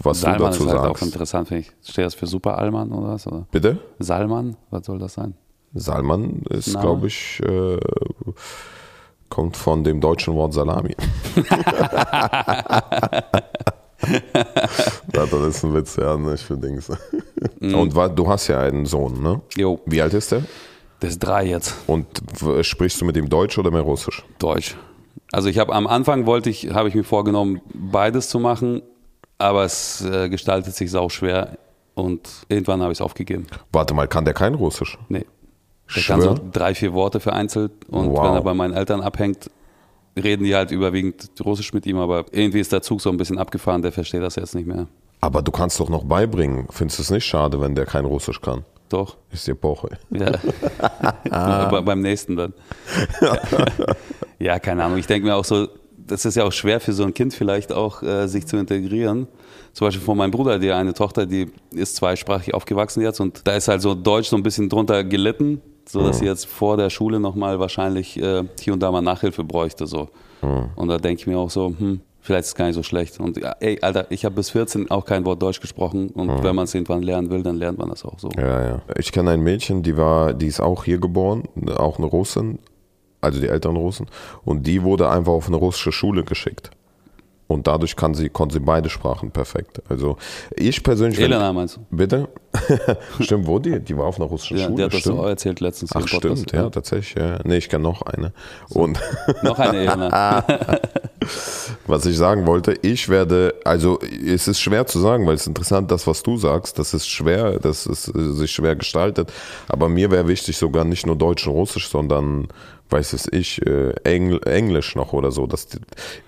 Speaker 2: was du
Speaker 1: Salman
Speaker 2: dazu
Speaker 1: ist halt auch
Speaker 2: sagst.
Speaker 1: interessant, finde ich. Steht das für Super Alman oder was? Oder?
Speaker 2: Bitte?
Speaker 1: Salman, was soll das sein?
Speaker 2: Salman ist,
Speaker 1: Name?
Speaker 2: glaube ich, äh, kommt von dem deutschen Wort Salami. ja, das ist ein Witz, ja, nicht für Dings. Und wa- du hast ja einen Sohn, ne?
Speaker 1: Jo,
Speaker 2: Wie alt ist der?
Speaker 1: das ist drei jetzt.
Speaker 2: Und w- sprichst du mit ihm Deutsch oder mehr Russisch?
Speaker 1: Deutsch. Also ich habe am Anfang wollte ich, habe ich mir vorgenommen, beides zu machen, aber es äh, gestaltet sich sau schwer und irgendwann habe ich es aufgegeben.
Speaker 2: Warte mal, kann der kein Russisch?
Speaker 1: Nee. Der kann so
Speaker 2: Schwör?
Speaker 1: drei, vier Worte vereinzelt und
Speaker 2: Wow.
Speaker 1: wenn er bei meinen Eltern abhängt, reden die halt überwiegend Russisch mit ihm, aber irgendwie ist der Zug so ein bisschen abgefahren, der versteht das jetzt nicht mehr.
Speaker 2: Aber du kannst doch noch beibringen. Findest du es nicht schade, wenn der kein Russisch kann?
Speaker 1: Doch.
Speaker 2: Ist dir Poche.
Speaker 1: Ja. Bei- Beim nächsten dann. ja, keine Ahnung. Ich denke mir auch so, das ist ja auch schwer für so ein Kind vielleicht auch, äh, sich zu integrieren. Zum Beispiel von meinem Bruder, die eine Tochter, die ist zweisprachig aufgewachsen jetzt und da ist halt so Deutsch so ein bisschen drunter gelitten, so dass sie jetzt vor der Schule nochmal wahrscheinlich äh, hier und da mal Nachhilfe bräuchte. So. Und da denke ich mir auch so, hm, vielleicht ist es gar nicht so schlecht. Und ja, ey, Alter, ich habe bis 14 auch kein Wort Deutsch gesprochen und wenn man es irgendwann lernen will, dann lernt man das auch so.
Speaker 2: Ja, ja. Ich kenne ein Mädchen, die war, die ist auch hier geboren, auch eine Russin, also die Eltern Russen, und die wurde einfach auf eine russische Schule geschickt. Und dadurch kann sie, konnte sie beide Sprachen perfekt. Also ich persönlich. wenn-
Speaker 1: Elena meinst du?
Speaker 2: Bitte? stimmt, wo die? Die war auf einer russischen
Speaker 1: Ja,
Speaker 2: Schule.
Speaker 1: der hat das
Speaker 2: stimmt.
Speaker 1: so erzählt letztens. hier
Speaker 2: Ach,
Speaker 1: im Podcast.
Speaker 2: stimmt, ja, tatsächlich. Ja. Nee, ich kenne noch eine. Und
Speaker 1: Noch eine ne? Elena.
Speaker 2: Was ich sagen wollte, ich werde, also es ist schwer zu sagen, weil es ist interessant, das, was du sagst, das ist schwer, das ist äh, sich schwer gestaltet. Aber mir wäre wichtig, sogar nicht nur Deutsch und Russisch, sondern, weiß es ich, äh, Engl Englisch noch oder so. Dass die,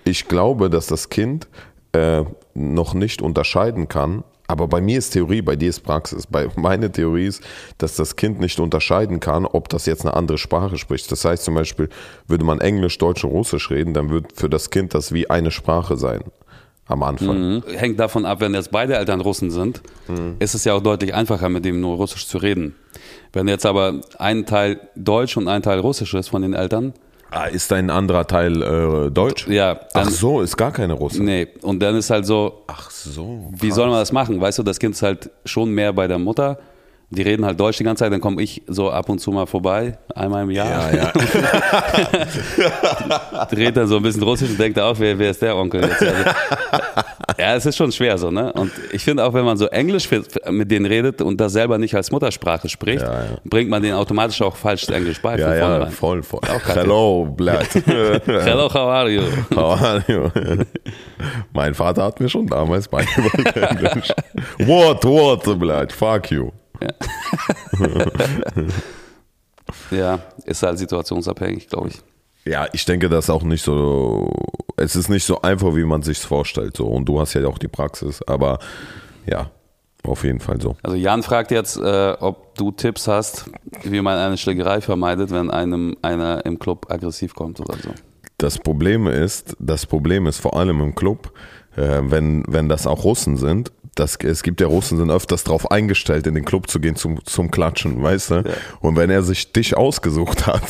Speaker 2: ich glaube, dass das Kind äh, noch nicht unterscheiden kann. Aber bei mir ist Theorie, bei dir ist Praxis. Bei meine Theorie ist, dass das Kind nicht unterscheiden kann, ob das jetzt eine andere Sprache spricht. Das heißt zum Beispiel, würde man Englisch, Deutsch und Russisch reden, dann wird für das Kind das wie eine Sprache sein. Am
Speaker 1: Hm?
Speaker 2: Anfang.
Speaker 1: Hängt davon ab, wenn jetzt beide Eltern Russen sind,
Speaker 2: Hm.
Speaker 1: ist es ja auch deutlich einfacher, mit dem nur Russisch zu reden. Wenn jetzt aber ein Teil Deutsch und ein Teil Russisch ist von den Eltern,
Speaker 2: Ah, ist ein anderer Teil äh, deutsch?
Speaker 1: Ja,
Speaker 2: Ach
Speaker 1: dann,
Speaker 2: so, ist gar keine Russe.
Speaker 1: nee. Und dann ist halt so,
Speaker 2: Ach so.
Speaker 1: wie soll man das machen? Weißt du, das Kind ist halt schon mehr bei der Mutter. Die reden halt Deutsch die ganze Zeit, dann komme ich so ab und zu mal vorbei, einmal im Jahr.
Speaker 2: Ja, ja.
Speaker 1: Dreht dann so ein bisschen Russisch und denkt auch, wer, wer ist der Onkel jetzt? Also, ja, es ist schon schwer so, ne? Und ich finde auch, wenn man so Englisch für- mit denen redet und das selber nicht als Muttersprache spricht,
Speaker 2: Ja, ja.
Speaker 1: bringt man denen automatisch auch falsches Englisch bei.
Speaker 2: ja,
Speaker 1: von
Speaker 2: ja,
Speaker 1: vornherein.
Speaker 2: voll, voll.
Speaker 1: kacke.
Speaker 2: Hello, Blatt.
Speaker 1: Hello, how are you?
Speaker 2: How are you? mein Vater hat mir schon damals beigebracht Englisch. What, what, Blatt, fuck you.
Speaker 1: Ja, ist halt situationsabhängig, glaube ich.
Speaker 2: Ja, ich denke, das ist auch nicht so. Es ist nicht so einfach, wie man sich vorstellt. So. Und du hast ja auch die Praxis, aber ja, auf jeden Fall so.
Speaker 1: Also Jan fragt jetzt, äh, ob du Tipps hast, wie man eine Schlägerei vermeidet, wenn einem einer im Club aggressiv kommt oder so.
Speaker 2: Das Problem ist, das Problem ist vor allem im Club, äh, wenn, wenn das auch Russen sind, das, es gibt ja Russen, sind öfters darauf eingestellt, in den Club zu gehen zum, zum Klatschen, weißt du? Und wenn er sich dich ausgesucht hat,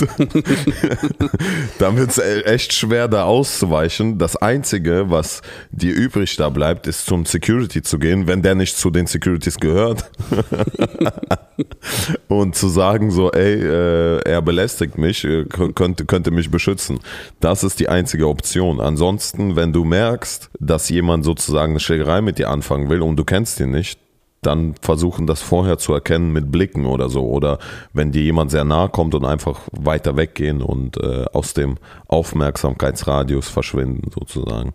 Speaker 2: dann wird es echt schwer, da auszuweichen. Das Einzige, was dir übrig da bleibt, ist zum Security zu gehen, wenn der nicht zu den Securities gehört. und zu sagen so, ey, äh, er belästigt mich, äh, k- könnte, könnte mich beschützen. Das ist die einzige Option. Ansonsten, wenn du merkst, dass jemand sozusagen eine Schlägerei mit dir anfangen will und du kennst ihn nicht, dann versuchen das vorher zu erkennen mit Blicken oder so. Oder wenn dir jemand sehr nahe kommt und einfach weiter weggehen und äh, aus dem Aufmerksamkeitsradius verschwinden sozusagen.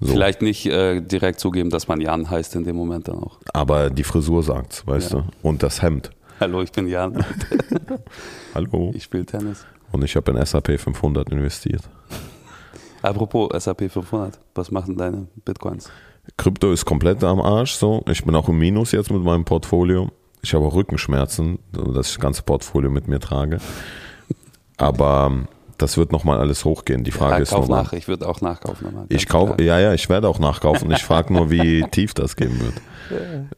Speaker 1: Vielleicht nicht äh, direkt zugeben, dass man Jan heißt in dem Moment dann auch.
Speaker 2: Aber die Frisur sagt's, weißt
Speaker 1: Ja.
Speaker 2: du? Und das Hemd.
Speaker 1: Hallo, ich bin Jan.
Speaker 2: Hallo.
Speaker 1: Ich spiele Tennis.
Speaker 2: Und ich habe in SAP 500 investiert.
Speaker 1: Apropos SAP 500, was machen deine Bitcoins?
Speaker 2: Krypto ist komplett am Arsch. So, ich bin auch im Minus jetzt mit meinem Portfolio. Ich habe auch Rückenschmerzen, so dass ich das ganze Portfolio mit mir trage. Aber ähm, das wird nochmal alles hochgehen. Die Frage
Speaker 1: Ah,
Speaker 2: ist
Speaker 1: kauf
Speaker 2: nochmal.
Speaker 1: nach, ich würde auch nachkaufen. nochmal.
Speaker 2: Ich
Speaker 1: Ganz
Speaker 2: kaufe,
Speaker 1: klar.
Speaker 2: ja, ja, ich werde auch nachkaufen. Ich frage nur, wie tief das gehen wird.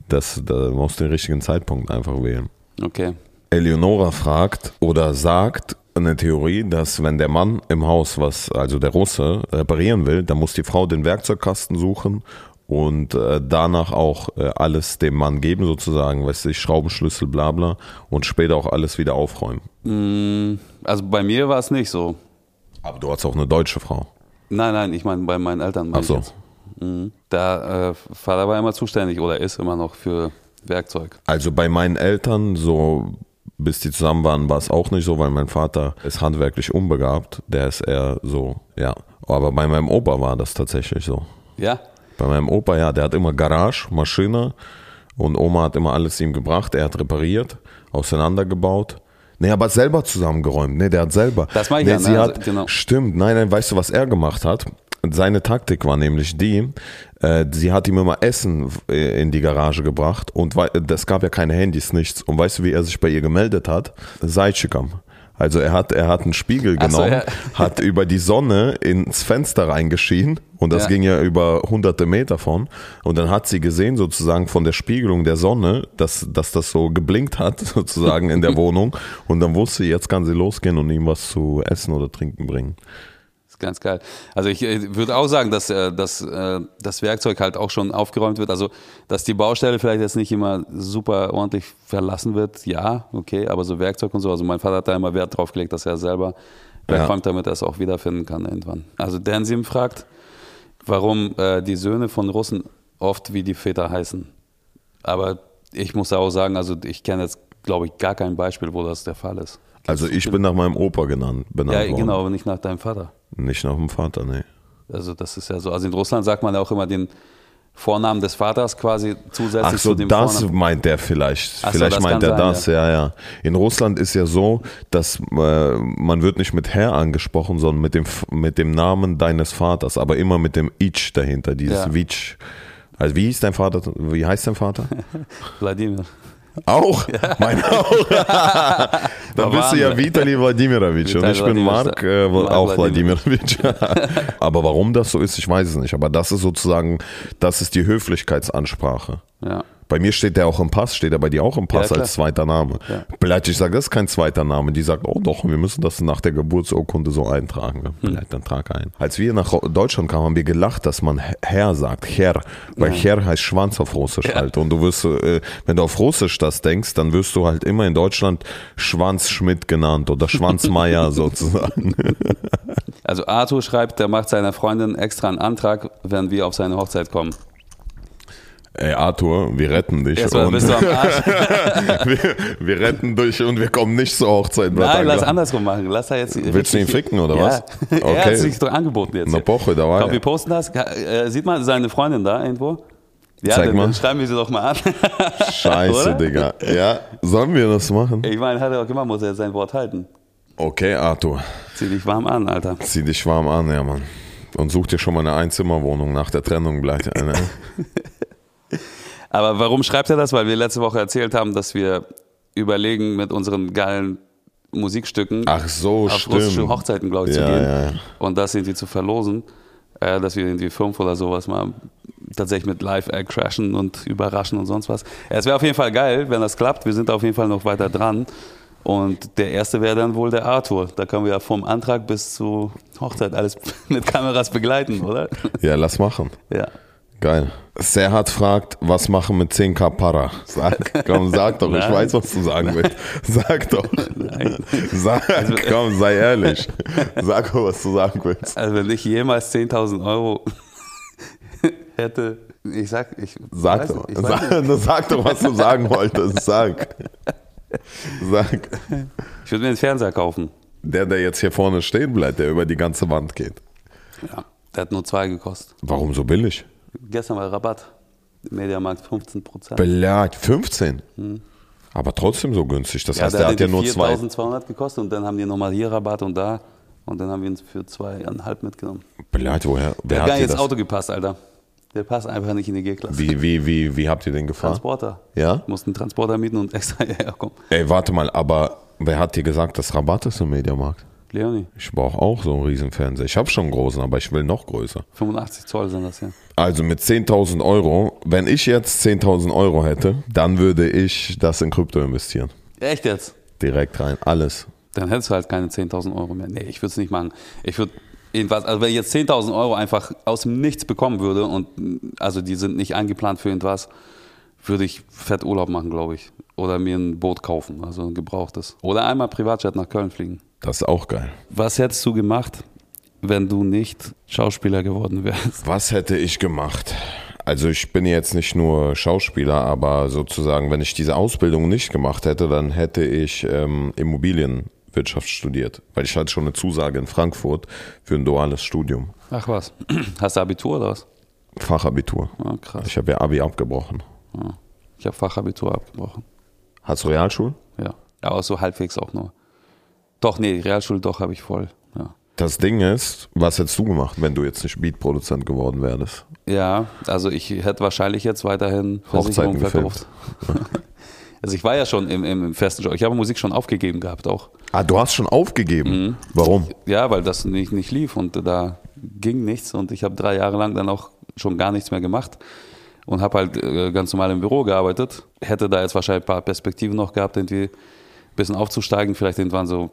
Speaker 2: Das, da musst du den richtigen Zeitpunkt einfach wählen.
Speaker 1: Okay.
Speaker 2: Eleonora fragt oder sagt eine Theorie, dass wenn der Mann im Haus was, also der Russe, reparieren will, dann muss die Frau den Werkzeugkasten suchen und äh, danach auch äh, alles dem Mann geben, sozusagen, weißt du, Schraubenschlüssel, bla bla, und später auch alles wieder aufräumen.
Speaker 1: Mm, Also bei mir war es nicht so.
Speaker 2: Aber du hast auch eine deutsche Frau.
Speaker 1: Nein, nein, ich meine bei meinen Eltern. mein
Speaker 2: Ach
Speaker 1: ich
Speaker 2: so.
Speaker 1: jetzt. Mhm. Da äh, Vater war immer zuständig oder ist immer noch für Werkzeug.
Speaker 2: Also bei meinen Eltern, so bis die zusammen waren, war es auch nicht so, weil mein Vater ist handwerklich unbegabt, der ist eher so, ja. Aber bei meinem Opa war das tatsächlich so.
Speaker 1: Ja?
Speaker 2: Bei meinem Opa, ja, der hat immer Garage, Maschine und Oma hat immer alles ihm gebracht. Er hat repariert, auseinandergebaut. Nee, aber hat selber zusammengeräumt. Nee, der hat selber.
Speaker 1: Das mach ich
Speaker 2: nee,
Speaker 1: ja,
Speaker 2: sie
Speaker 1: ne? Also,
Speaker 2: hat,
Speaker 1: genau.
Speaker 2: Stimmt, nein, nein, weißt du, was er gemacht hat? Seine Taktik war nämlich die, äh, sie hat ihm immer Essen äh, in die Garage gebracht und wei- das gab ja keine Handys, nichts. Und weißt du, wie er sich bei ihr gemeldet hat? Seitschikam. Also er hat, er hat einen Spiegel
Speaker 1: Ach so,
Speaker 2: genommen,
Speaker 1: ja.
Speaker 2: hat über die Sonne ins Fenster reingeschienen und das
Speaker 1: Ja.
Speaker 2: ging ja über hunderte Meter von. Und dann hat sie gesehen, sozusagen von der Spiegelung der Sonne, dass, dass das so geblinkt hat, sozusagen in der Wohnung. Und dann wusste sie, jetzt kann sie losgehen und ihm was zu essen oder trinken bringen.
Speaker 1: Ist ganz geil. Also ich äh, würde auch sagen, dass, äh, dass äh, das Werkzeug halt auch schon aufgeräumt wird. Also dass die Baustelle vielleicht jetzt nicht immer super ordentlich verlassen wird, ja, okay, aber so Werkzeug und so. Also mein Vater hat da immer Wert drauf gelegt, dass er selber wegräumt, damit er es auch wiederfinden kann irgendwann. Also Dansim fragt, warum äh, die Söhne von Russen oft wie die Väter heißen. Aber ich muss auch sagen, also ich kenne jetzt, glaube ich, gar kein Beispiel, wo das der Fall ist.
Speaker 2: Also ich bin nach meinem Opa genannt, benannt
Speaker 1: Ja,
Speaker 2: worden.
Speaker 1: genau, aber nicht nach deinem Vater.
Speaker 2: Nicht nach dem Vater, nee.
Speaker 1: Also das ist ja so. Also in Russland sagt man ja auch immer den Vornamen des Vaters quasi zusätzlich
Speaker 2: Ach so,
Speaker 1: zu dem
Speaker 2: das
Speaker 1: Vornamen.
Speaker 2: meint er vielleicht.
Speaker 1: Ach so,
Speaker 2: vielleicht
Speaker 1: das
Speaker 2: meint er
Speaker 1: kann sein,
Speaker 2: das, ja. ja, In Russland ist ja so, dass äh, man wird nicht mit Herr angesprochen, sondern mit dem, F- mit dem Namen deines Vaters, aber immer mit dem Ich dahinter, dieses
Speaker 1: Ja.
Speaker 2: Witsch. Also wie hieß dein Vater? Wie heißt dein Vater?
Speaker 1: Wladimir.
Speaker 2: Auch? Mein auch. Dann bist du ja Vitali Wladimirovich und
Speaker 1: Vitali
Speaker 2: ich bin Mark, äh,
Speaker 1: Mark
Speaker 2: auch Wladimirovich. aber warum das so ist, ich weiß es nicht. Aber das ist sozusagen, das ist die Höflichkeitsansprache.
Speaker 1: Ja.
Speaker 2: Bei mir steht der auch im Pass, steht er bei dir auch im Pass
Speaker 1: Ja, klar.
Speaker 2: als zweiter Name.
Speaker 1: Ja.
Speaker 2: Vielleicht, ich sage, das ist kein zweiter Name. Die sagt, oh doch, wir müssen das nach der Geburtsurkunde so eintragen.
Speaker 1: Hm.
Speaker 2: Ja, Vielleicht dann trag ein. Als wir nach Deutschland kamen, haben wir gelacht, dass man Herr sagt, Herr, weil Herr heißt Schwanz auf Russisch
Speaker 1: Ja.
Speaker 2: halt. Und du wirst, äh, wenn du auf Russisch das denkst, dann wirst du halt immer in Deutschland Schwanz Schmidt genannt oder Schwanzmeier sozusagen.
Speaker 1: Also Arthur schreibt, der macht seiner Freundin extra einen Antrag, wenn wir auf seine Hochzeit kommen.
Speaker 2: Ey Arthur, wir retten dich.
Speaker 1: Erstmal
Speaker 2: und-
Speaker 1: bist du am Arsch.
Speaker 2: wir, wir retten dich und wir kommen nicht zur Hochzeit.
Speaker 1: Nein,
Speaker 2: Bratan.
Speaker 1: lass andersrum machen. Lass da jetzt
Speaker 2: Willst du ihn ficken oder
Speaker 1: ja.
Speaker 2: was?
Speaker 1: Er
Speaker 2: Okay.
Speaker 1: hat sich doch angeboten jetzt.
Speaker 2: Na, Woche, da war
Speaker 1: Komm, wir
Speaker 2: er.
Speaker 1: posten das. Ka- äh, Sieht man seine Freundin da irgendwo? Ja,
Speaker 2: Zeig
Speaker 1: dann,
Speaker 2: mal.
Speaker 1: dann schreiben wir sie doch mal an.
Speaker 2: Scheiße,
Speaker 1: Oder?
Speaker 2: Digga. Ja, sollen wir das machen?
Speaker 1: Ich meine, hat er auch immer, muss er sein Wort halten.
Speaker 2: Okay, Arthur,
Speaker 1: Zieh dich warm an, Alter.
Speaker 2: zieh dich warm an, ja, Mann. Und such dir schon mal eine Einzimmerwohnung nach der Trennung gleich eine.
Speaker 1: Aber warum schreibt er das? Weil wir letzte Woche erzählt haben, dass wir überlegen, mit unseren geilen Musikstücken
Speaker 2: Ach so,
Speaker 1: auf russische
Speaker 2: stimmt.
Speaker 1: Hochzeiten, glaube ich, zu
Speaker 2: Ja,
Speaker 1: gehen
Speaker 2: ja, ja.
Speaker 1: und das irgendwie zu verlosen, äh, dass wir irgendwie fünf oder sowas mal tatsächlich mit Live-Act crashen und überraschen und sonst was. Es wäre auf jeden Fall geil, wenn das klappt. Wir sind auf jeden Fall noch weiter dran. Und der erste wäre dann wohl der Arthur. Da können wir ja vom Antrag bis zur Hochzeit alles mit Kameras begleiten, oder?
Speaker 2: ja, lass machen.
Speaker 1: Ja.
Speaker 2: Geil. Serhat fragt, was machen mit 10k Para? Sag, komm, sag doch, ich
Speaker 1: Nein.
Speaker 2: weiß, was du sagen willst. Sag doch.
Speaker 1: Nein. Also-
Speaker 2: Sag, komm, sei ehrlich. Sag, was du sagen willst.
Speaker 1: Also wenn ich jemals 10.000 Euro hätte, ich sag, ich
Speaker 2: Sag
Speaker 1: weiß
Speaker 2: doch,
Speaker 1: nicht, ich weiß
Speaker 2: sag, sag doch, was du sagen wolltest. Sag. Sag.
Speaker 1: nicht. ich würde mir einen Fernseher kaufen.
Speaker 2: Der, der jetzt hier vorne stehen bleibt, der über die ganze Wand geht.
Speaker 1: Ja, der hat nur zwei gekostet.
Speaker 2: Warum so billig?
Speaker 1: Gestern war Rabatt. Mediamarkt 15 Prozent.
Speaker 2: Belag 15. Aber trotzdem so günstig. Das
Speaker 1: Also
Speaker 2: heißt, der, hat ja nur zwei.
Speaker 1: 4.200 gekostet und dann haben die nochmal hier Rabatt und da und dann haben wir ihn für zweieinhalb mitgenommen.
Speaker 2: Belag, woher? Wer
Speaker 1: Der hat gar
Speaker 2: hat
Speaker 1: nicht
Speaker 2: dir
Speaker 1: ins
Speaker 2: das?
Speaker 1: Auto gepasst, Alter. Der passt einfach nicht in die G-Klasse.
Speaker 2: Wie, wie, wie, wie habt ihr den gefahren?
Speaker 1: Transporter.
Speaker 2: Ja?
Speaker 1: Mussten Transporter mieten und extra hierher kommen.
Speaker 2: Ey, warte mal, aber wer hat dir gesagt, dass Rabatt ist im Mediamarkt?
Speaker 1: Leonie,
Speaker 2: Ich brauche auch so einen riesen Fernseher. Ich habe schon einen großen, aber ich will noch größer.
Speaker 1: 85 Zoll sind das ja.
Speaker 2: Also mit 10.000 Euro, wenn ich jetzt 10.000 Euro hätte, dann würde ich das in Krypto investieren.
Speaker 1: Echt jetzt?
Speaker 2: Direkt rein, alles.
Speaker 1: Dann hättest du halt keine 10.000 Euro mehr. Nee, ich würde es nicht machen. Ich würde irgendwas, also wenn ich jetzt 10.000 Euro einfach aus dem Nichts bekommen würde und also die sind nicht eingeplant für irgendwas, würde ich fett Urlaub machen, glaube ich. Oder mir ein Boot kaufen, also ein gebrauchtes. Oder einmal Privatjet nach Köln fliegen.
Speaker 2: Das ist auch geil.
Speaker 1: Was hättest du gemacht, wenn du nicht Schauspieler geworden wärst?
Speaker 2: Was hätte ich gemacht? Also ich bin jetzt nicht nur Schauspieler, aber sozusagen, wenn ich diese Ausbildung nicht gemacht hätte, dann hätte ich ähm, Immobilienwirtschaft studiert, weil ich hatte schon eine Zusage in Frankfurt für ein duales Studium,
Speaker 1: Ach was. Hast du Abitur oder was?
Speaker 2: Fachabitur.
Speaker 1: Ah, krass.
Speaker 2: Ich habe ja Abi abgebrochen.
Speaker 1: Ah. Ich habe Fachabitur abgebrochen.
Speaker 2: Hast du Realschule?
Speaker 1: Ja. Aber so halbwegs auch nur. Doch, nee, Realschule doch habe ich voll. Ja.
Speaker 2: Das Ding ist, was hättest du gemacht, wenn du jetzt nicht Beatproduzent geworden wärst?
Speaker 1: Ja, also ich hätte wahrscheinlich jetzt weiterhin
Speaker 2: Hochzeiten
Speaker 1: Versicherungen verkauft. also ich war ja schon im, im, im festen Job. Ich habe Musik schon aufgegeben gehabt auch.
Speaker 2: Ah, du hast schon aufgegeben. Warum?
Speaker 1: Ja, weil das nicht, nicht lief und da ging nichts und ich habe drei Jahre lang dann auch schon gar nichts mehr gemacht und habe halt äh, ganz normal im Büro gearbeitet. Hätte da jetzt wahrscheinlich ein paar Perspektiven noch gehabt, irgendwie ein bisschen aufzusteigen, vielleicht irgendwann so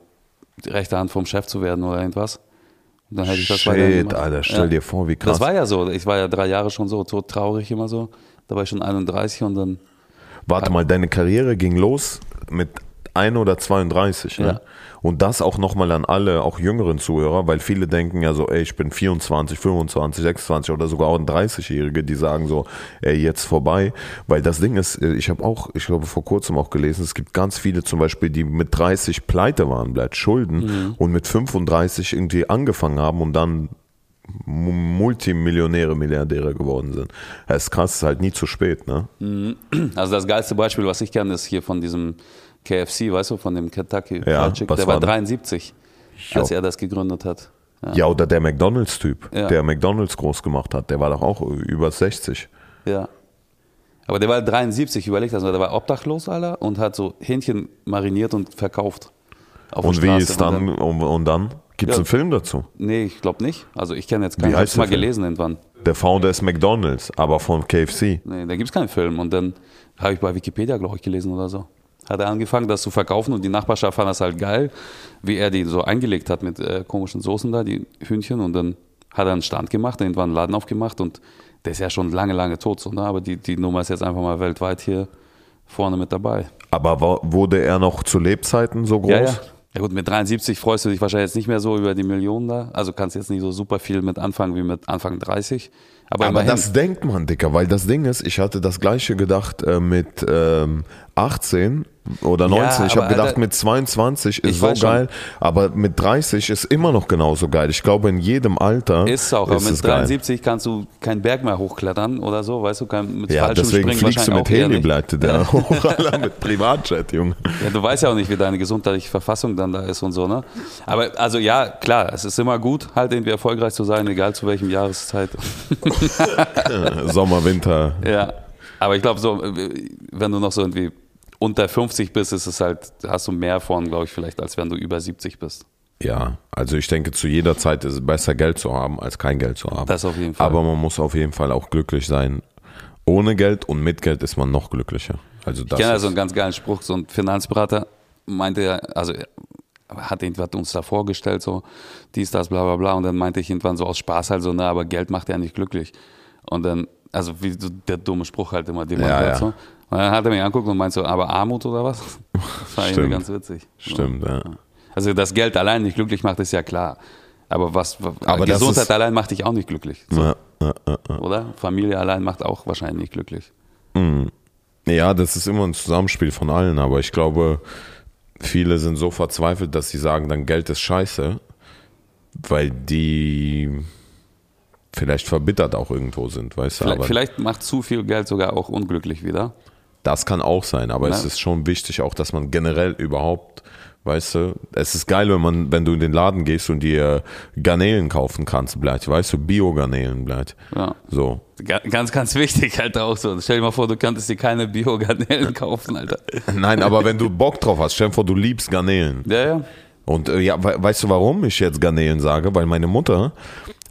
Speaker 1: die rechte Hand vom Chef zu werden oder irgendwas. Und dann hätte ich das weiterhin
Speaker 2: Shit,
Speaker 1: gemacht.
Speaker 2: Alter, stell
Speaker 1: Ja.
Speaker 2: dir vor, wie krass.
Speaker 1: Das war ja so. Ich war ja drei Jahre schon so, so traurig immer so. Da war ich schon 31 und dann.
Speaker 2: Warte mal, deine Karriere ging los mit 1 oder 32. Ne?
Speaker 1: Ja.
Speaker 2: Und das auch nochmal an alle, auch jüngeren Zuhörer, weil viele denken ja so, ey, ich bin 24, 25, 26 oder sogar auch ein 30-Jährige, die sagen so, ey, jetzt vorbei. Weil das Ding ist, äh, ich habe auch, ich glaube vor kurzem auch gelesen, es gibt ganz viele zum Beispiel, die mit 30 pleite waren, bleibt Schulden und mit 35 irgendwie angefangen haben und dann M- Multimillionäre, Milliardäre geworden sind. Das ist krass, ist halt nie zu spät, ne?
Speaker 1: Also das geilste Beispiel, was ich kenne, ist hier von diesem KFC, weißt du, von dem Kentucky
Speaker 2: Ja,
Speaker 1: Fried Chicken.
Speaker 2: was
Speaker 1: Der
Speaker 2: war
Speaker 1: war
Speaker 2: das?
Speaker 1: 73, als
Speaker 2: Jo.
Speaker 1: er das gegründet hat. Ja.
Speaker 2: Ja, oder der McDonalds-Typ,
Speaker 1: Ja.
Speaker 2: der McDonalds groß gemacht hat, der war doch auch über 60.
Speaker 1: ja. Aber der war 73, überlegt das mal. Der war obdachlos, Alter, und hat so Hähnchen mariniert und verkauft. Auf
Speaker 2: Und
Speaker 1: der
Speaker 2: wie
Speaker 1: Straße.
Speaker 2: ist dann, und, und dann? Gibt es
Speaker 1: Ja.
Speaker 2: einen Film dazu?
Speaker 1: Nee, ich glaube nicht. Also ich kenne jetzt keinen.
Speaker 2: Wie
Speaker 1: Habe
Speaker 2: heißt
Speaker 1: ich mal
Speaker 2: der Film?
Speaker 1: gelesen irgendwann.
Speaker 2: Der Founder ist McDonalds, aber von KFC.
Speaker 1: Nee, da gibt es keinen Film. Und dann habe ich bei Wikipedia, glaube ich, gelesen oder so. Hat er angefangen, das zu verkaufen und die Nachbarschaft fand das halt geil, wie er die so eingelegt hat mit äh, komischen Soßen da, die Hühnchen. Und dann hat er einen Stand gemacht, irgendwann einen Laden aufgemacht und der ist ja schon lange, lange tot. So, ne? Aber die, die Nummer ist jetzt einfach mal weltweit hier vorne mit dabei.
Speaker 2: Aber wa- wurde er noch zu Lebzeiten so groß?
Speaker 1: Ja, ja. Ja gut, mit 73 freust du dich wahrscheinlich jetzt nicht mehr so über die Millionen da. Also kannst jetzt nicht so super viel mit anfangen wie mit Anfang 30. Aber,
Speaker 2: Aber
Speaker 1: immerhin.
Speaker 2: das denkt man, Dicker, weil das Ding ist, ich hatte das gleiche gedacht äh, mit ähm, 18 oder 19. ich
Speaker 1: aber
Speaker 2: habe gedacht,
Speaker 1: Alter,
Speaker 2: mit 22
Speaker 1: ich
Speaker 2: ist so
Speaker 1: weiß schon.
Speaker 2: geil, aber mit 30 ist immer noch genauso geil. Ich glaube, in jedem Alter
Speaker 1: Ist auch, aber
Speaker 2: es
Speaker 1: mit
Speaker 2: geil.
Speaker 1: 73 kannst du keinen Berg mehr hochklettern oder so, weißt du, kein, mit
Speaker 2: Ja,
Speaker 1: Fallschirm
Speaker 2: deswegen
Speaker 1: springen
Speaker 2: fliegst du
Speaker 1: wahrscheinlich
Speaker 2: mit
Speaker 1: auch eher
Speaker 2: Heli,
Speaker 1: nicht.
Speaker 2: bleibt der hoch, Alter, mit Privatjet, Junge.
Speaker 1: Ja, du weißt ja auch nicht, wie deine gesundheitliche Verfassung dann da ist und so, ne? Aber also ja, klar, es ist immer gut, halt irgendwie erfolgreich zu sein, egal zu welchem Jahreszeit.
Speaker 2: Sommer, Winter.
Speaker 1: ja. Aber ich glaube so, äh, wenn du noch so irgendwie unter 50 bist, ist es halt, hast du mehr von, glaube ich, vielleicht, als wenn du über 70 bist.
Speaker 2: Ja, also ich denke, zu jeder Zeit ist es besser, Geld zu haben, als kein Geld zu haben.
Speaker 1: Das auf jeden Fall.
Speaker 2: Aber man muss auf jeden Fall auch glücklich sein. Ohne Geld und mit Geld ist man noch glücklicher. Also das
Speaker 1: Ich kenne
Speaker 2: ist-
Speaker 1: also einen ganz geilen Spruch, so ein Finanzberater meinte ja, also er hat irgendwas uns da vorgestellt, so dies, das, bla bla bla. Und dann meinte ich irgendwann so aus Spaß halt so, na, aber Geld macht ja nicht glücklich. Und dann, also wie so der dumme Spruch halt immer, den man
Speaker 2: Ja,
Speaker 1: hört
Speaker 2: ja.
Speaker 1: so. Und dann hat er mich angeguckt und meint so, aber Armut oder was? Das war irgendwie
Speaker 2: Stimmt.
Speaker 1: ganz witzig.
Speaker 2: Stimmt, ja.
Speaker 1: Also dass Geld allein nicht glücklich macht, ist ja klar. Aber was,
Speaker 2: Aber das
Speaker 1: Gesundheit
Speaker 2: ist-
Speaker 1: allein macht dich auch nicht glücklich,
Speaker 2: Ja, ja, ja, ja.
Speaker 1: oder? Familie allein macht auch wahrscheinlich nicht glücklich.
Speaker 2: ja, das ist immer ein Zusammenspiel von allen, aber ich glaube, viele sind so verzweifelt, dass sie sagen, dann Geld ist scheiße, weil die vielleicht verbittert auch irgendwo sind, weißt du?
Speaker 1: Vielleicht,
Speaker 2: aber
Speaker 1: vielleicht macht zu viel Geld sogar auch unglücklich wieder.
Speaker 2: Das kann auch sein, aber es
Speaker 1: Ja.
Speaker 2: ist schon wichtig auch, dass man generell überhaupt, weißt du, es ist geil, wenn man, wenn du in den Laden gehst und dir Garnelen kaufen kannst, bleibt, weißt du, Bio-Garnelen bleibt.
Speaker 1: Ja.
Speaker 2: So.
Speaker 1: Ga- Ganz, ganz wichtig, Alter, auch so. Stell dir mal vor, du könntest dir keine Bio-Garnelen kaufen, Alter.
Speaker 2: Nein, aber wenn du Bock drauf hast, stell dir vor, du liebst Garnelen.
Speaker 1: Ja, ja.
Speaker 2: Und äh, ja, we weißt du, warum ich jetzt Garnelen sage? Weil meine Mutter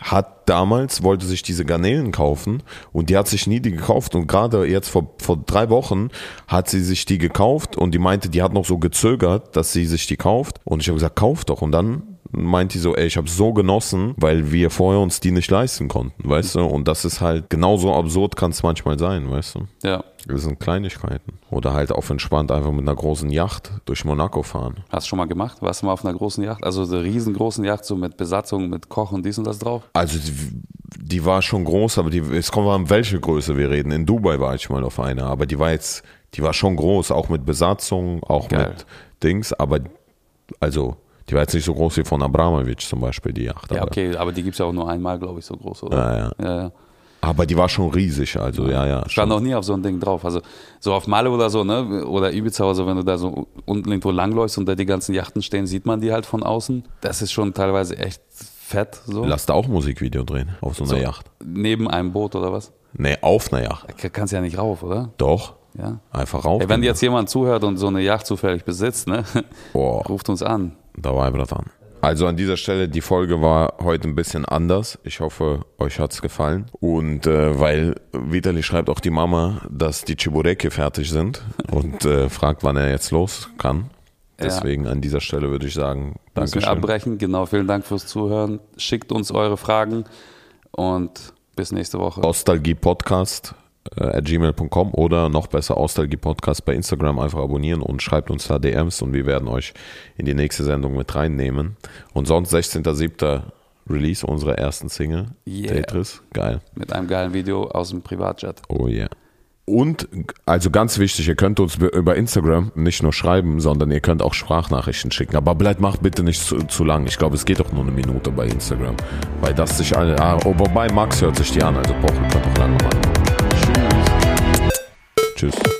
Speaker 2: hat damals, wollte sich diese Garnelen kaufen und die hat sich nie die gekauft und gerade jetzt vor, vor drei Wochen hat sie sich die gekauft und die meinte, die hat noch so gezögert, dass sie sich die kauft und ich habe gesagt, kauf doch und dann meint die so, ey, ich habe so genossen, weil wir vorher uns die nicht leisten konnten, weißt du? Und das ist halt genauso absurd kann es manchmal sein, weißt du?
Speaker 1: Ja.
Speaker 2: Das sind Kleinigkeiten. Oder halt auf entspannt einfach mit einer großen Yacht durch Monaco fahren.
Speaker 1: Hast du schon mal gemacht? Warst du mal auf einer großen Yacht? Also so einer riesengroßen Yacht, so mit Besatzung, mit Kochen, dies und das drauf?
Speaker 2: Also die, die war schon groß, aber die, es kommt mal an, welche Größe wir reden. In Dubai war ich mal auf einer, aber die war jetzt, die war schon groß, auch mit Besatzung, auch
Speaker 1: Geil.
Speaker 2: mit Dings, aber also die war jetzt nicht so groß wie von Abramovic zum Beispiel, die Yacht.
Speaker 1: Ja,
Speaker 2: aber,
Speaker 1: okay, aber die gibt's ja auch nur einmal, glaube ich, so groß,
Speaker 2: Ja,
Speaker 1: oder?
Speaker 2: ja.
Speaker 1: Ja, ja.
Speaker 2: aber die war schon riesig, also ja, ja.
Speaker 1: Ich war
Speaker 2: Schon.
Speaker 1: noch nie auf so ein Ding drauf. Also so auf Malle oder so, ne? Oder Ibiza oder so, wenn du da so unten irgendwo langläufst und da die ganzen Yachten stehen, sieht man die halt von außen. Das ist schon teilweise echt fett, so.
Speaker 2: Lass da auch Musikvideo drehen auf so einer
Speaker 1: so.
Speaker 2: Yacht.
Speaker 1: Neben einem Boot oder was?
Speaker 2: Nee, auf einer Yacht.
Speaker 1: Da kannst du ja nicht rauf, oder?
Speaker 2: Doch.
Speaker 1: Ja.
Speaker 2: Einfach rauf.
Speaker 1: Ey, wenn jetzt jemand zuhört und so eine Yacht zufällig besitzt, ne?
Speaker 2: Boah.
Speaker 1: ruft uns an.
Speaker 2: Da war er dran. Also an dieser Stelle, die Folge war heute ein bisschen anders. Ich hoffe, euch hat's gefallen. Und äh, weil Vitali schreibt auch die Mama, dass die Chibureke fertig sind und äh, fragt, wann er jetzt los kann.
Speaker 1: Ja.
Speaker 2: Deswegen an dieser Stelle würde ich sagen,
Speaker 1: Müssen wir
Speaker 2: Dankeschön.
Speaker 1: abbrechen. Genau, vielen Dank fürs Zuhören. Schickt uns eure Fragen und bis nächste Woche.
Speaker 2: Ostalgiepodcast äh, at gmail.com oder noch besser Ostalgiepodcast bei Instagram einfach abonnieren und schreibt uns da DMs und wir werden euch in die nächste Sendung mit reinnehmen. Und sonst 16.07. Release unserer ersten Single.
Speaker 1: Yeah.
Speaker 2: Tetris. Geil.
Speaker 1: Mit einem geilen Video aus dem Privatjet.
Speaker 2: Oh yeah. Und also ganz wichtig, ihr könnt uns über Instagram nicht nur schreiben, sondern ihr könnt auch Sprachnachrichten schicken. Aber bleibt macht bitte nicht zu, zu lang. Ich glaube, es geht doch nur eine Minute bei Instagram. Weil das sich alle. Ah, oh, wobei Max hört sich die an, also braucht man doch lange machen. Tschüss. Tschüss.